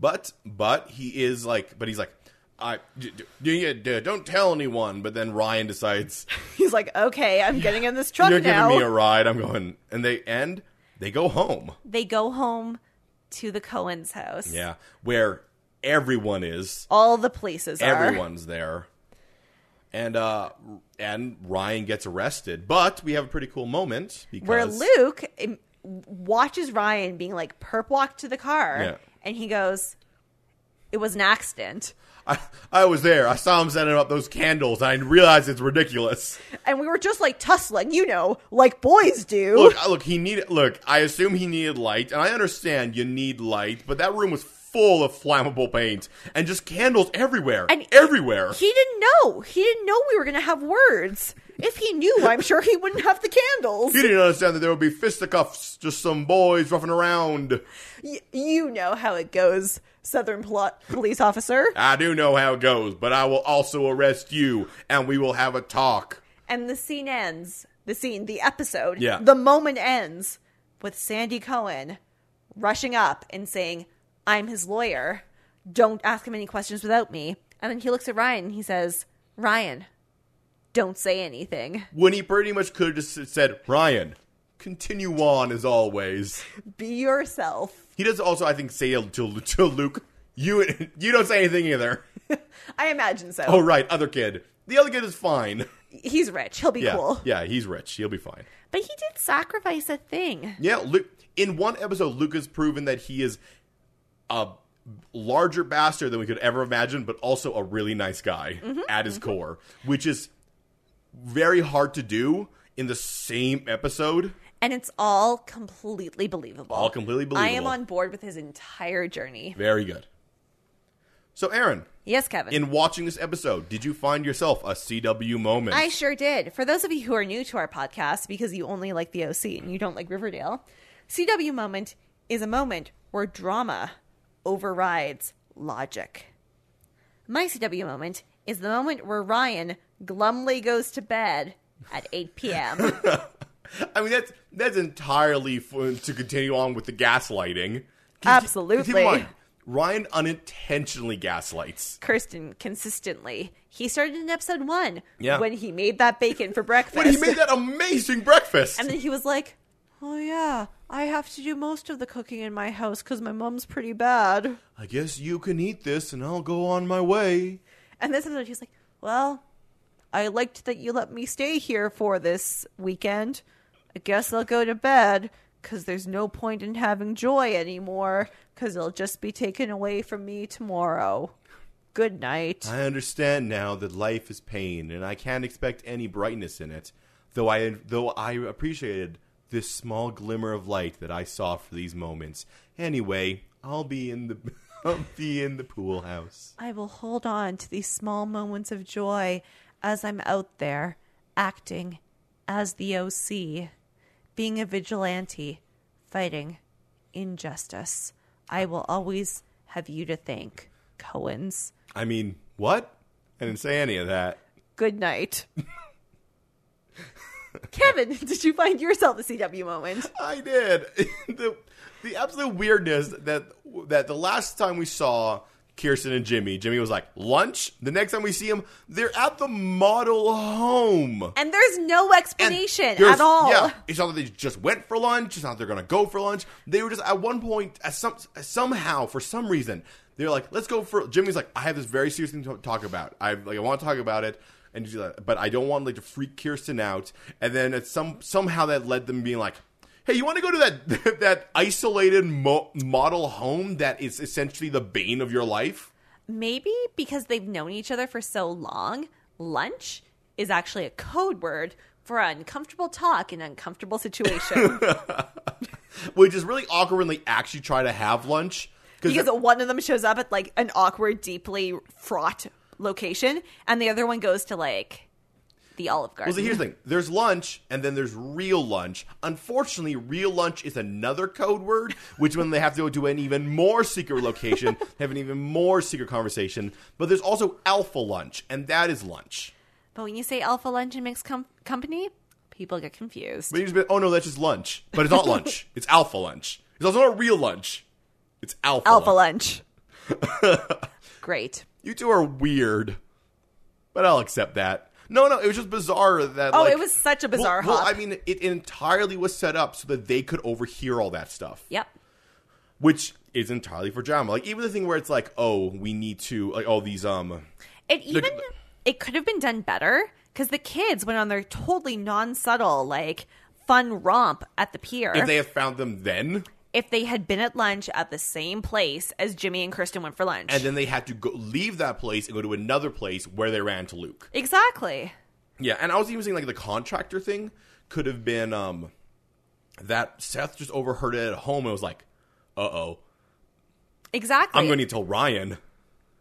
Speaker 2: But but he is like but he's like I d- d- d- d- don't tell anyone. But then Ryan decides
Speaker 1: He's like, okay, I'm getting in this truck
Speaker 2: you're
Speaker 1: now.
Speaker 2: giving me a ride. I'm going, and they end. They go home.
Speaker 1: they go home to the Cohen's house.
Speaker 2: Yeah, where everyone is.
Speaker 1: All the places are.
Speaker 2: Everyone's there. And uh and Ryan gets arrested, but we have a pretty cool moment because
Speaker 1: Where Luke um, watches Ryan being like perp walked to the car.
Speaker 2: Yeah.
Speaker 1: And he goes, it was an accident.
Speaker 2: I, I was there. I saw him setting up those candles. I realized it's ridiculous.
Speaker 1: And we were just like tussling, you know, like boys do.
Speaker 2: Look, I- look, he needed. Look, I assume he needed light, and I understand you need light, but that room was full of flammable paint and just candles everywhere,
Speaker 1: And-
Speaker 2: everywhere.
Speaker 1: He didn't know. He didn't know we were going to have words. If he knew, I'm sure he wouldn't have the candles.
Speaker 2: He didn't understand that there would be fisticuffs, just some boys roughing around.
Speaker 1: Y- you know how it goes Southern pol- police officer.
Speaker 2: I do know how it goes, but I will also arrest you and we will have a talk.
Speaker 1: And the scene ends. The scene, the episode,
Speaker 2: Yeah.
Speaker 1: the moment ends with Sandy Cohen rushing up and saying, I'm his lawyer. Don't ask him any questions without me. And then he looks at Ryan and he says, Ryan, don't say anything.
Speaker 2: When he pretty much could have just said, Ryan, continue on as always.
Speaker 1: Be yourself.
Speaker 2: He does also, I think, say to, to Luke, you, you don't say anything either.
Speaker 1: I imagine so.
Speaker 2: Oh, right, other kid. The other kid is fine.
Speaker 1: He's rich. He'll be
Speaker 2: Yeah,
Speaker 1: cool.
Speaker 2: yeah, he's rich. He'll be fine.
Speaker 1: But he did sacrifice a thing.
Speaker 2: Yeah, Luke. In one episode, Luke has proven that he is a larger bastard than we could ever imagine, but also a really nice guy
Speaker 1: Mm-hmm,
Speaker 2: at his core, which is very hard to do in the same episode.
Speaker 1: And it's all completely believable.
Speaker 2: All completely believable.
Speaker 1: I am on board with his entire journey.
Speaker 2: Very good. So, Aaron,
Speaker 1: Yes, Kevin.
Speaker 2: in watching this episode, did you find yourself a CW moment?
Speaker 1: I sure did. For those of you who are new to our podcast, because you only like the OC and you don't like Riverdale, CW moment is a moment where drama overrides logic. My CW moment is the moment where Ryan glumly goes to bed at 8 p.m.
Speaker 2: I mean, that's that's entirely for, to continue on with the gaslighting.
Speaker 1: Absolutely.
Speaker 2: Keep in mind, Ryan unintentionally gaslights.
Speaker 1: Kirsten consistently. He started in episode one
Speaker 2: Yeah.
Speaker 1: when he made that bacon for breakfast.
Speaker 2: But he made that amazing breakfast.
Speaker 1: And then he was like, "Oh yeah, I have to do most of the cooking in my house because my mom's pretty bad."
Speaker 2: I guess you can eat this and I'll go on my way.
Speaker 1: And this episode, he's like, "Well, I liked that you let me stay here for this weekend. I guess I'll go to bed because there's no point in having joy anymore because it'll just be taken away from me tomorrow. Good night."
Speaker 2: I understand now that life is pain and I can't expect any brightness in it, though I though I appreciated this small glimmer of light that I saw for these moments. Anyway, I'll be in the I'll be in the pool house.
Speaker 1: I will hold on to these small moments of joy as I'm out there acting as the OC, being a vigilante, fighting injustice. I will always have you to thank, Cohen's.
Speaker 2: I mean, what? I didn't say any of that.
Speaker 1: Good night. Kevin, did you find yourself a CW moment?
Speaker 2: I did. the the absolute weirdness that that the last time we saw Kirsten and Jimmy, Jimmy was like lunch. The next time we see him, they're at the model home.
Speaker 1: And there's no
Speaker 2: And
Speaker 1: explanation at
Speaker 2: there's-
Speaker 1: all.
Speaker 2: Yeah, it's not that they just went for lunch. It's not that they're gonna go for lunch. They were just at one point, at some somehow for some reason, they're like, "Let's go for." Jimmy's like, "I have this very serious thing to talk about. I like, I want to talk about it." And she's like, but I don't want like to freak Kirsten out. And then at some somehow that led them being like, "Hey, you want to go to that that isolated mo- model home that is essentially the bane of your life?"
Speaker 1: maybe because they've known each other for so long, lunch is actually a code word for uncomfortable talk in uncomfortable situation
Speaker 2: Which is really awkward when they actually try to have lunch
Speaker 1: because one of them shows up at like an awkward, deeply fraught location, and the other one goes to like the Olive Garden.
Speaker 2: Well, see, here's the thing. There's lunch, and then there's real lunch. Unfortunately, real lunch is another code word, which when they have to go to an even more secret location, have an even more secret conversation. But there's also alpha lunch, and that is lunch.
Speaker 1: but when you say alpha lunch and mixed com- company, people get confused.
Speaker 2: But you just be, oh no, that's just lunch. But it's not lunch. It's alpha lunch. It's also not real lunch. It's alpha.
Speaker 1: alpha
Speaker 2: lunch.
Speaker 1: lunch. Great.
Speaker 2: You two are weird, but I'll accept that. No, no, it was just bizarre that.
Speaker 1: Oh,
Speaker 2: like-
Speaker 1: it was such a bizarre
Speaker 2: Well, well
Speaker 1: hop.
Speaker 2: I mean, it entirely was set up so that they could overhear all that stuff.
Speaker 1: Yep.
Speaker 2: which is entirely for drama. Like even the thing where it's like, oh, we need to like all these um.
Speaker 1: It even
Speaker 2: Look-
Speaker 1: it could have been done better because the kids went on their totally non subtle like fun romp at the pier.
Speaker 2: If they have found them then,
Speaker 1: had been at lunch at the same place as Jimmy and Kristen went for lunch,
Speaker 2: and then they had to go leave that place and go to another place where they ran to Luke.
Speaker 1: exactly.
Speaker 2: Yeah, and I was even saying like the contractor thing could have been um that Seth just overheard it at home and was like, uh oh,
Speaker 1: Exactly.
Speaker 2: I'm going to tell Ryan.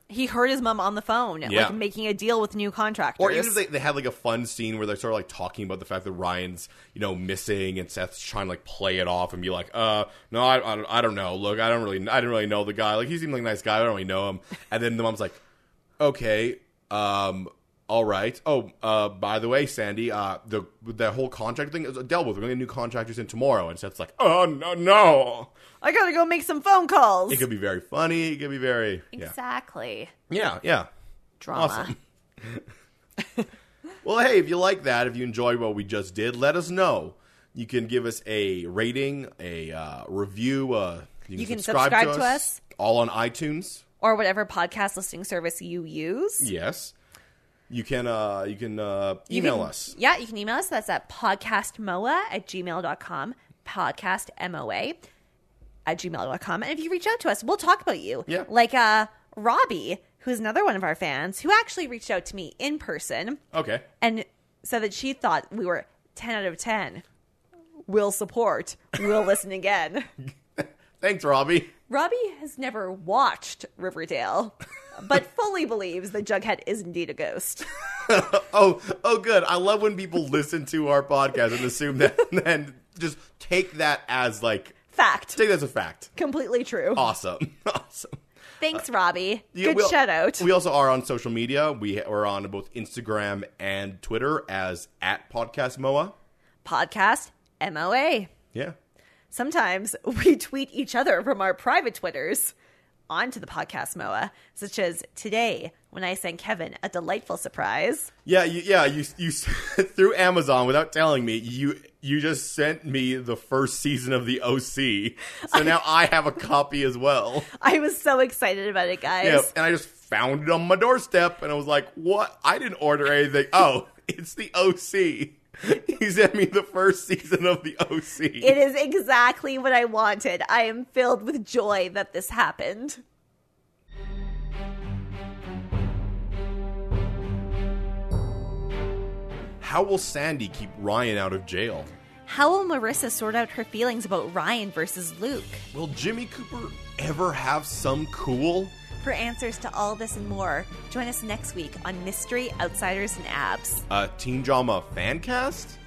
Speaker 1: He heard his mom on the phone,
Speaker 2: Yeah.
Speaker 1: like making a deal with new contractors.
Speaker 2: Or even if they, they had like a fun scene where they're sort of like talking about the fact that Ryan's you know missing and Seth's trying to like play it off and be like, uh, no, I, I, don't- I don't know. Look, I don't really, I don't really know the guy. Like he seemed like a nice guy. I don't really know him. And then the mom's like, okay, um, all right. Oh, uh, by the way, Sandy, uh, the the whole contract thing is dealt with. We're gonna get new contractors in tomorrow. And Seth's like, oh no, no.
Speaker 1: I gotta go make some phone calls.
Speaker 2: It could be very funny. It could be very yeah,
Speaker 1: Exactly.
Speaker 2: yeah, yeah.
Speaker 1: Drama.
Speaker 2: Awesome. Well, hey, if you like that, if you enjoyed what we just did, let us know. You can give us a rating, a uh, review. Uh,
Speaker 1: You can subscribe to us.
Speaker 2: all on iTunes.
Speaker 1: Or whatever podcast listening service you use.
Speaker 2: Yes, you can. Uh, you can uh,
Speaker 1: You
Speaker 2: email
Speaker 1: can-
Speaker 2: us.
Speaker 1: Yeah, you can email us. That's at podcastmoa at gmail.com. Podcast MOA at gmail.com. And if you reach out to us, we'll talk about you.
Speaker 2: Yeah.
Speaker 1: Like uh, Robbie, who's another one of our fans, who actually reached out to me in person
Speaker 2: Okay,
Speaker 1: and said that she thought we were 10 out of 10. Will support. Will listen again.
Speaker 2: thanks, Robbie.
Speaker 1: Robbie has never watched Riverdale, but fully believes that Jughead is indeed a ghost.
Speaker 2: Oh, oh, good. I love when people listen to our podcast and assume that, and then just take that as like
Speaker 1: Fact.
Speaker 2: take that as a fact.
Speaker 1: Completely true.
Speaker 2: Awesome, awesome.
Speaker 1: Thanks, Robbie.
Speaker 2: Uh, Yeah,
Speaker 1: Good
Speaker 2: we al-
Speaker 1: shout out.
Speaker 2: We also are on social media. We are on both Instagram and Twitter as at Podcast Moa.
Speaker 1: Podcast MOA.
Speaker 2: Yeah.
Speaker 1: Sometimes we tweet each other from our private Twitters onto the podcast MOA, such as today when I sent Kevin a delightful surprise.
Speaker 2: Yeah, you, yeah, you, you through Amazon without telling me. You you just sent me the first season of the OC, so now I have a copy as well.
Speaker 1: I was so excited about it, guys.
Speaker 2: Yeah, and I just found it on my doorstep, and I was like, "What? I didn't order anything. Oh, it's the OC. He sent me the first season of the OC.
Speaker 1: It is exactly what I wanted. I am filled with joy that this happened.
Speaker 2: How will Sandy keep Ryan out of jail?
Speaker 1: How will Marissa sort out her feelings about Ryan versus Luke?
Speaker 2: Will Jimmy Cooper ever have some cool?
Speaker 1: For answers to all this and more, join us next week on Mystery, Outsiders, and Abs.
Speaker 2: Uh, teen drama fan cast?